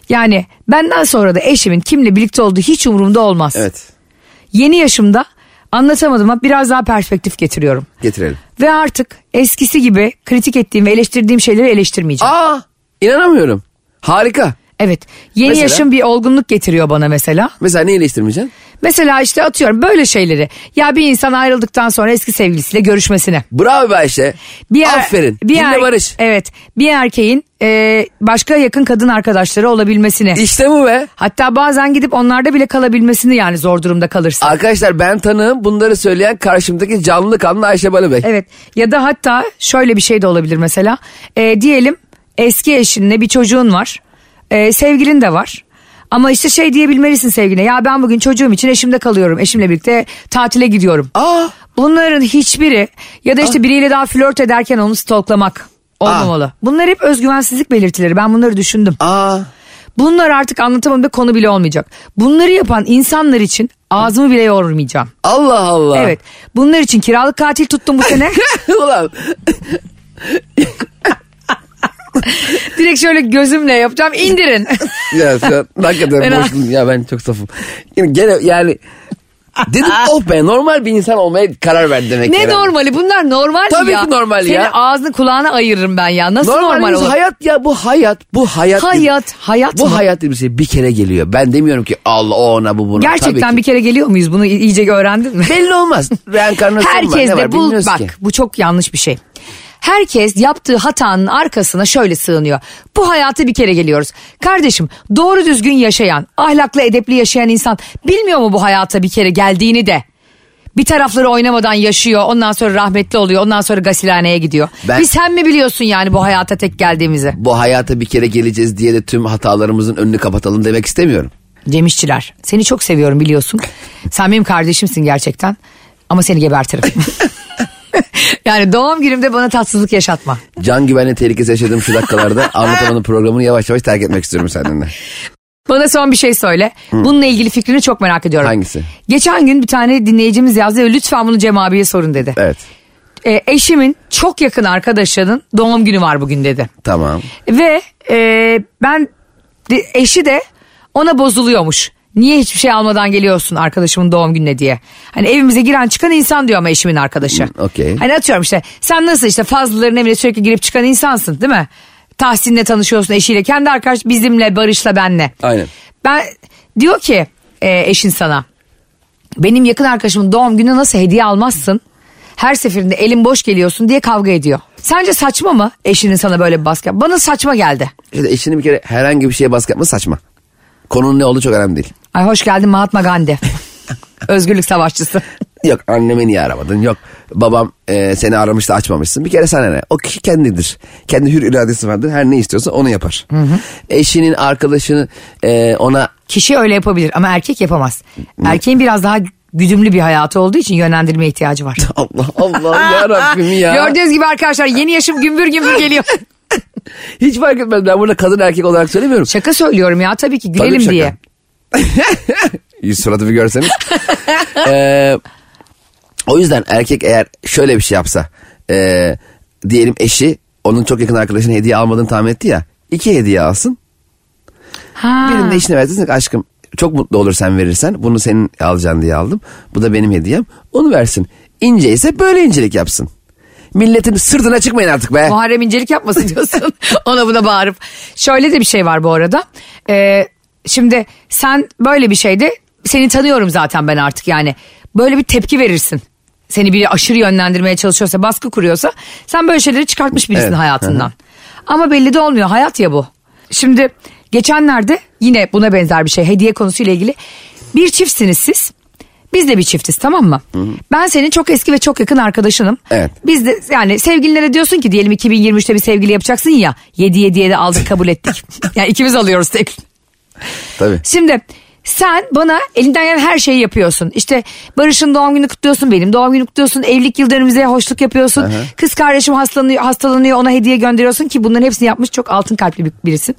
B: Yani benden sonra da eşimin kimle birlikte olduğu hiç umurumda olmaz.
C: evet.
B: Yeni yaşımda anlatamadım ama biraz daha perspektif getiriyorum.
C: Getirelim.
B: Ve artık eskisi gibi kritik ettiğim ve eleştirdiğim şeyleri eleştirmeyeceğim.
C: Aa! inanamıyorum. Harika.
B: Evet. Yeni
C: Mesela?
B: yaşım bir olgunluk getiriyor bana mesela.
C: Mesela ne eleştirmeyeceksin?
B: Mesela işte atıyorum böyle şeyleri. Ya bir insan ayrıldıktan sonra eski sevgilisiyle görüşmesine.
C: Bravo be Ayşe.
B: Bir er-
C: Aferin.
B: Bir
C: Dinle
B: er-
C: barış.
B: Evet. Bir erkeğin e, başka yakın kadın arkadaşları olabilmesine.
C: İşte bu be.
B: Hatta bazen gidip onlarda bile kalabilmesini yani zor durumda kalırsa.
C: Arkadaşlar ben tanığım bunları söyleyen karşımdaki canlı kanlı Ayşe Balı Bey.
B: Evet ya da E, hatta şöyle bir şey de olabilir mesela. Ee, diyelim eski eşinle bir çocuğun var. e, sevgilin de var. Ama işte şey diyebilmelisin sevgiline ya ben bugün çocuğum için eşimde kalıyorum. Eşimle birlikte tatile gidiyorum.
C: Aa.
B: Bunların hiçbiri ya da işte biriyle daha flört ederken onu stalklamak olmamalı. Bunlar hep özgüvensizlik belirtileri. Ben bunları düşündüm.
C: Aa.
B: Bunlar artık anlatamam da konu bile olmayacak. Bunları yapan insanlar için ağzımı bile yormayacağım.
C: Allah Allah.
B: Evet. Bunlar için kiralık katil tuttum bu sene.
C: Ulan
B: Direkt şöyle gözümle yapacağım. indirin.
C: ya sen hakikaten
B: Ben-
C: boşluğum ya ben çok safım. Yani gene yani dedim oh be normal bir insan olmaya karar verdi demek
B: ne
C: ki herhalde.
B: normali? Bunlar normal
C: Tabii
B: ya.
C: ki normal
B: Senin
C: ya.
B: ağzını kulağına ayırırım ben ya. Nasıl normal,
C: Normal, bir
B: olur?
C: hayat ya bu hayat bu hayat.
B: Hayat, hayat
C: Bu
B: mı?
C: hayat diye bir şey bir kere geliyor. Ben demiyorum ki Allah o ona bu buna.
B: Gerçekten
C: Tabii
B: bir
C: ki.
B: kere geliyor muyuz? Bunu iyice öğrendin mi?
C: Belli olmaz. Reenkarnasyon var
B: Herkes
C: ne
B: de
C: var
B: bu
C: bilmiyoruz
B: bak
C: ki.
B: bu çok yanlış bir şey. Herkes yaptığı hatanın arkasına şöyle sığınıyor. Bu hayatı bir kere geliyoruz. Kardeşim doğru düzgün yaşayan, ahlaklı edepli yaşayan insan bilmiyor mu bu hayata bir kere geldiğini de? Bir tarafları oynamadan yaşıyor, ondan sonra rahmetli oluyor, ondan sonra gasilhaneye gidiyor.
C: Ben-
B: Bir sen mi biliyorsun yani bu hayata tek geldiğimizi?
C: Bu hayata bir kere geleceğiz diye de tüm hatalarımızın önünü kapatalım demek istemiyorum.
B: Cem İşçiler, seni çok seviyorum biliyorsun. Sen benim kardeşimsin gerçekten ama seni gebertirim. yani doğum günümde bana tatsızlık yaşatma.
C: Can güvenli tehlikesi yaşadığım şu dakikalarda anlatamanın programını yavaş yavaş terk etmek istiyorum seninle.
B: Bana son bir şey söyle. Bununla ilgili fikrini çok merak ediyorum.
C: Hangisi?
B: Geçen gün bir tane dinleyicimiz yazdı ve lütfen bunu Cem abiye sorun dedi.
C: Evet.
B: E, eşimin çok yakın arkadaşının doğum günü var bugün dedi.
C: Tamam.
B: Ve e, ben de- eşi de ona bozuluyormuş. Niye hiçbir şey almadan geliyorsun arkadaşımın doğum gününe diye. Hani evimize giren çıkan insan diyor ama eşimin arkadaşı.
C: Hı, okey.
B: Hani atıyorum işte sen nasıl işte fazlaların evine sürekli girip çıkan insansın değil mi? Tahsin'le tanışıyorsun eşiyle kendi arkadaş bizimle Barış'la benle.
C: Aynen.
B: Ben diyor ki e, eşin sana benim yakın arkadaşımın doğum günü nasıl hediye almazsın? Her seferinde elin boş geliyorsun diye kavga ediyor. Sence saçma mı eşinin sana böyle bir baskı? yap- Bana saçma geldi.
C: İşte eşini bir kere herhangi bir şeye baskı yapması saçma. Konunun ne olduğu çok önemli değil.
B: Ay hoş geldin Mahatma Gandhi. Özgürlük savaşçısı.
C: Yok annemi niye aramadın? Yok babam e, seni aramıştı açmamışsın. Bir kere sana ne? O kişi kendidir. Kendi hür iradesi vardır. Her ne istiyorsa onu yapar. Eşinin arkadaşını e, ona
B: Kişi öyle yapabilir ama erkek yapamaz. Erkeğin biraz daha güdümlü bir hayatı olduğu için yönlendirme ihtiyacı var.
C: Allah Allah ya Rabbim ya.
B: Gördüğünüz gibi arkadaşlar yeni yaşım gümbür gümbür geliyor.
C: Hiç fark etmez. Ben burada kadın erkek olarak söylemiyorum.
B: Şaka söylüyorum ya tabii ki gülelim
C: Tabii şaka.
B: diye.
C: Yüz suratı bir görseniz. Ee, o yüzden erkek eğer şöyle bir şey yapsa. ee, diyelim eşi onun çok yakın arkadaşına hediye almadığını tahmin etti ya. iki hediye alsın.
B: Ha.
C: Birinde Birinde işine versin. Aşkım çok mutlu olur sen verirsen. Bunu senin alacaksın diye aldım. Bu da benim hediyem. Onu versin. İnce ise böyle incelik yapsın. Milletin sırtına çıkmayın artık be.
B: Muharrem incelik yapmasın diyorsun. Ona buna bağırıp. Şöyle de bir şey var bu arada. Ee, şimdi sen böyle bir şeyde seni tanıyorum zaten ben artık yani. Böyle bir tepki verirsin. Seni biri aşırı yönlendirmeye çalışıyorsa baskı kuruyorsa sen böyle şeyleri çıkartmış birisin
C: Evet,
B: hayatından. Ama belli de olmuyor hayat ya bu. Şimdi geçenlerde yine buna benzer bir şey hediye konusuyla ilgili bir çiftsiniz siz. Biz de bir çiftiz tamam mı? Ben senin çok eski ve çok yakın arkadaşınım.
C: Evet.
B: Biz de yani sevgililere diyorsun ki diyelim 2023'te bir sevgili yapacaksın ya. 7 7'ye de aldık kabul ettik. yani ikimiz alıyoruz tek.
C: Tabii.
B: Şimdi sen bana elinden gelen her şeyi yapıyorsun. İşte Barış'ın doğum günü kutluyorsun, benim doğum günü kutluyorsun, evlilik yıl dönümümüze hoşluk yapıyorsun. Kız kardeşim hastalanıyor, hastalanıyor, ona hediye gönderiyorsun ki bunların hepsini yapmış çok altın kalpli bir- birisin.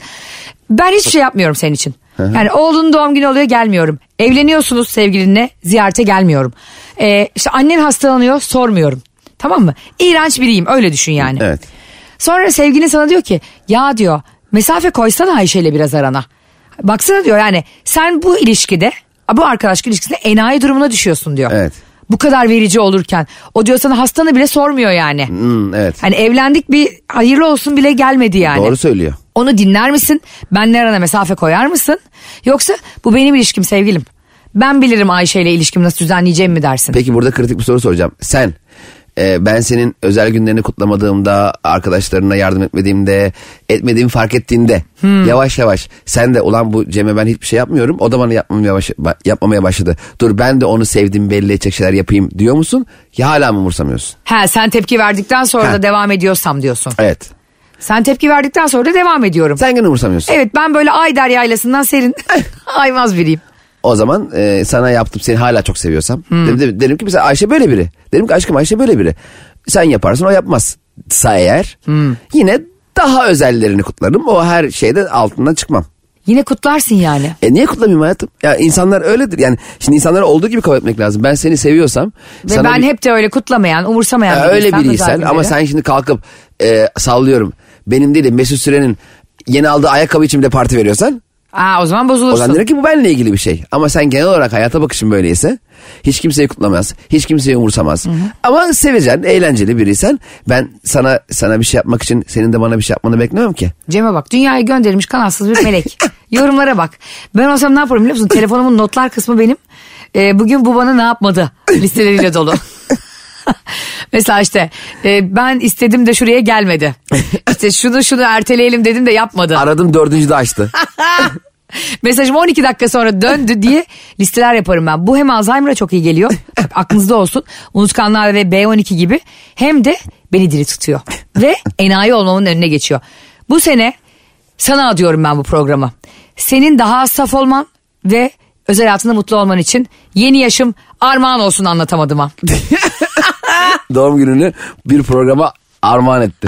B: Ben hiçbir şey yapmıyorum senin için. Yani oğlunun doğum günü oluyor gelmiyorum. Evleniyorsunuz sevgilinle ziyarete gelmiyorum. Ee, işte annen hastalanıyor sormuyorum. Tamam mı? İğrenç biriyim öyle düşün yani.
C: Evet.
B: Sonra sevgilin sana diyor ki ya diyor mesafe koysana Ayşe ile biraz arana. Baksana diyor yani sen bu ilişkide bu arkadaşlık ilişkisinde enayi durumuna düşüyorsun diyor.
C: Evet.
B: Bu kadar verici olurken o diyor sana hastanı bile sormuyor yani.
C: Hmm, evet.
B: Hani evlendik bir hayırlı olsun bile gelmedi yani.
C: Doğru söylüyor.
B: Onu dinler misin? Benle arana mesafe koyar mısın? Yoksa bu benim ilişkim sevgilim. Ben bilirim Ayşe ile ilişkimi nasıl düzenleyeceğimi mi dersin?
C: Peki burada kritik bir soru soracağım. Sen e, ben senin özel günlerini kutlamadığımda, arkadaşlarına yardım etmediğimde, etmediğimi fark ettiğinde
B: Hmm.
C: yavaş yavaş sen de ulan bu Cem'e ben hiçbir şey yapmıyorum. O da bana yapmamaya, baş- ba- yapmamaya başladı. Dur ben de onu sevdiğimi belli edecek şeyler yapayım diyor musun? Ya hala mı umursamıyorsun?
B: Ha sen tepki verdikten sonra
C: Ha.
B: da devam ediyorsam diyorsun.
C: Evet.
B: Sen tepki verdikten sonra da devam ediyorum.
C: Sen gene umursamıyorsun.
B: Evet ben böyle Ayder yaylasından serin aymaz biriyim.
C: O zaman e, sana yaptım seni hala çok seviyorsam.
B: Hmm.
C: De- de- derim ki mesela Ayşe böyle biri. Derim ki aşkım Ayşe böyle biri. Sen yaparsın o yapmaz. Sa eğer
B: Hmm.
C: yine daha özellerini kutlarım. O her şeyde altından çıkmam.
B: Yine kutlarsın yani.
C: E niye kutlamayayım hayatım? Ya insanlar öyledir yani. Şimdi insanları olduğu gibi kabul etmek lazım. Ben seni seviyorsam.
B: Ve
C: sana
B: ben
C: bir-
B: hep de öyle kutlamayan, umursamayan
C: Ya öyle
B: biriysen
C: biriysen
B: özel
C: ama
B: günleri.
C: sen şimdi kalkıp e, sallıyorum. Benim değil de Mesut Süren'in yeni aldığı ayakkabı için bile parti veriyorsan.
B: Aa, o zaman
C: O
B: bozulursun.
C: zaman derim ki bu benimle ilgili bir şey. Ama sen genel olarak hayata bakışın böyleyse hiç kimseyi kutlamaz. Hiç kimseyi umursamaz. Ama sevecen, eğlenceli biriysen ben sana sana bir şey yapmak için senin de bana bir şey yapmanı beklemem ki.
B: Cem'e bak dünyaya gönderilmiş kanatsız bir melek. Yorumlara bak. Ben olsam ne yaparım biliyor musun? Telefonumun notlar kısmı benim. Ee, bugün bu bana ne yapmadı listeleriyle dolu. Mesela işte e, ben istedim de şuraya gelmedi. İşte şunu şunu erteleyelim dedim de yapmadı.
C: Aradım dördüncü de açtı.
B: Mesajım 12 dakika sonra döndü diye listeler yaparım ben. Bu hem Alzheimer'a çok iyi geliyor. Bak, Aklınızda olsun. Unutkanlar ve B12 gibi. Hem de beni diri tutuyor. Ve enayi olmamın önüne geçiyor. Bu sene sana adıyorum ben bu programı. Senin daha az saf olman ve özel hayatında mutlu olman için yeni yaşım armağan olsun anlatamadığıma.
C: Doğum gününü bir programa armağan etti.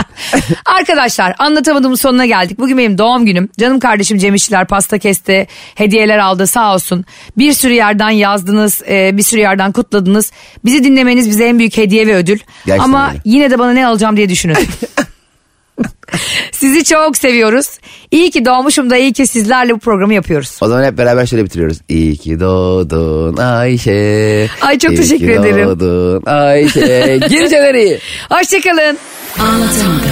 B: Arkadaşlar anlatamadığımın sonuna geldik. Bugün benim doğum günüm. Canım kardeşim Cem İşçiler pasta kesti, hediyeler aldı sağ olsun. Bir sürü yerden yazdınız, e, bir sürü yerden kutladınız. Bizi dinlemeniz bize en büyük hediye ve ödül.
C: Gerçekten
B: Ama
C: öyle.
B: yine de bana ne alacağım diye düşünün. Sizi çok seviyoruz. İyi ki doğmuşum da iyi ki sizlerle bu programı yapıyoruz.
C: O zaman hep beraber şöyle bitiriyoruz. İyi ki doğdun Ayşe.
B: Ay, çok
C: İyi ki
B: teşekkür ederim.
C: doğdun Ayşe. Geceleri.
B: Hoşçakalın.
D: Anlatamadım.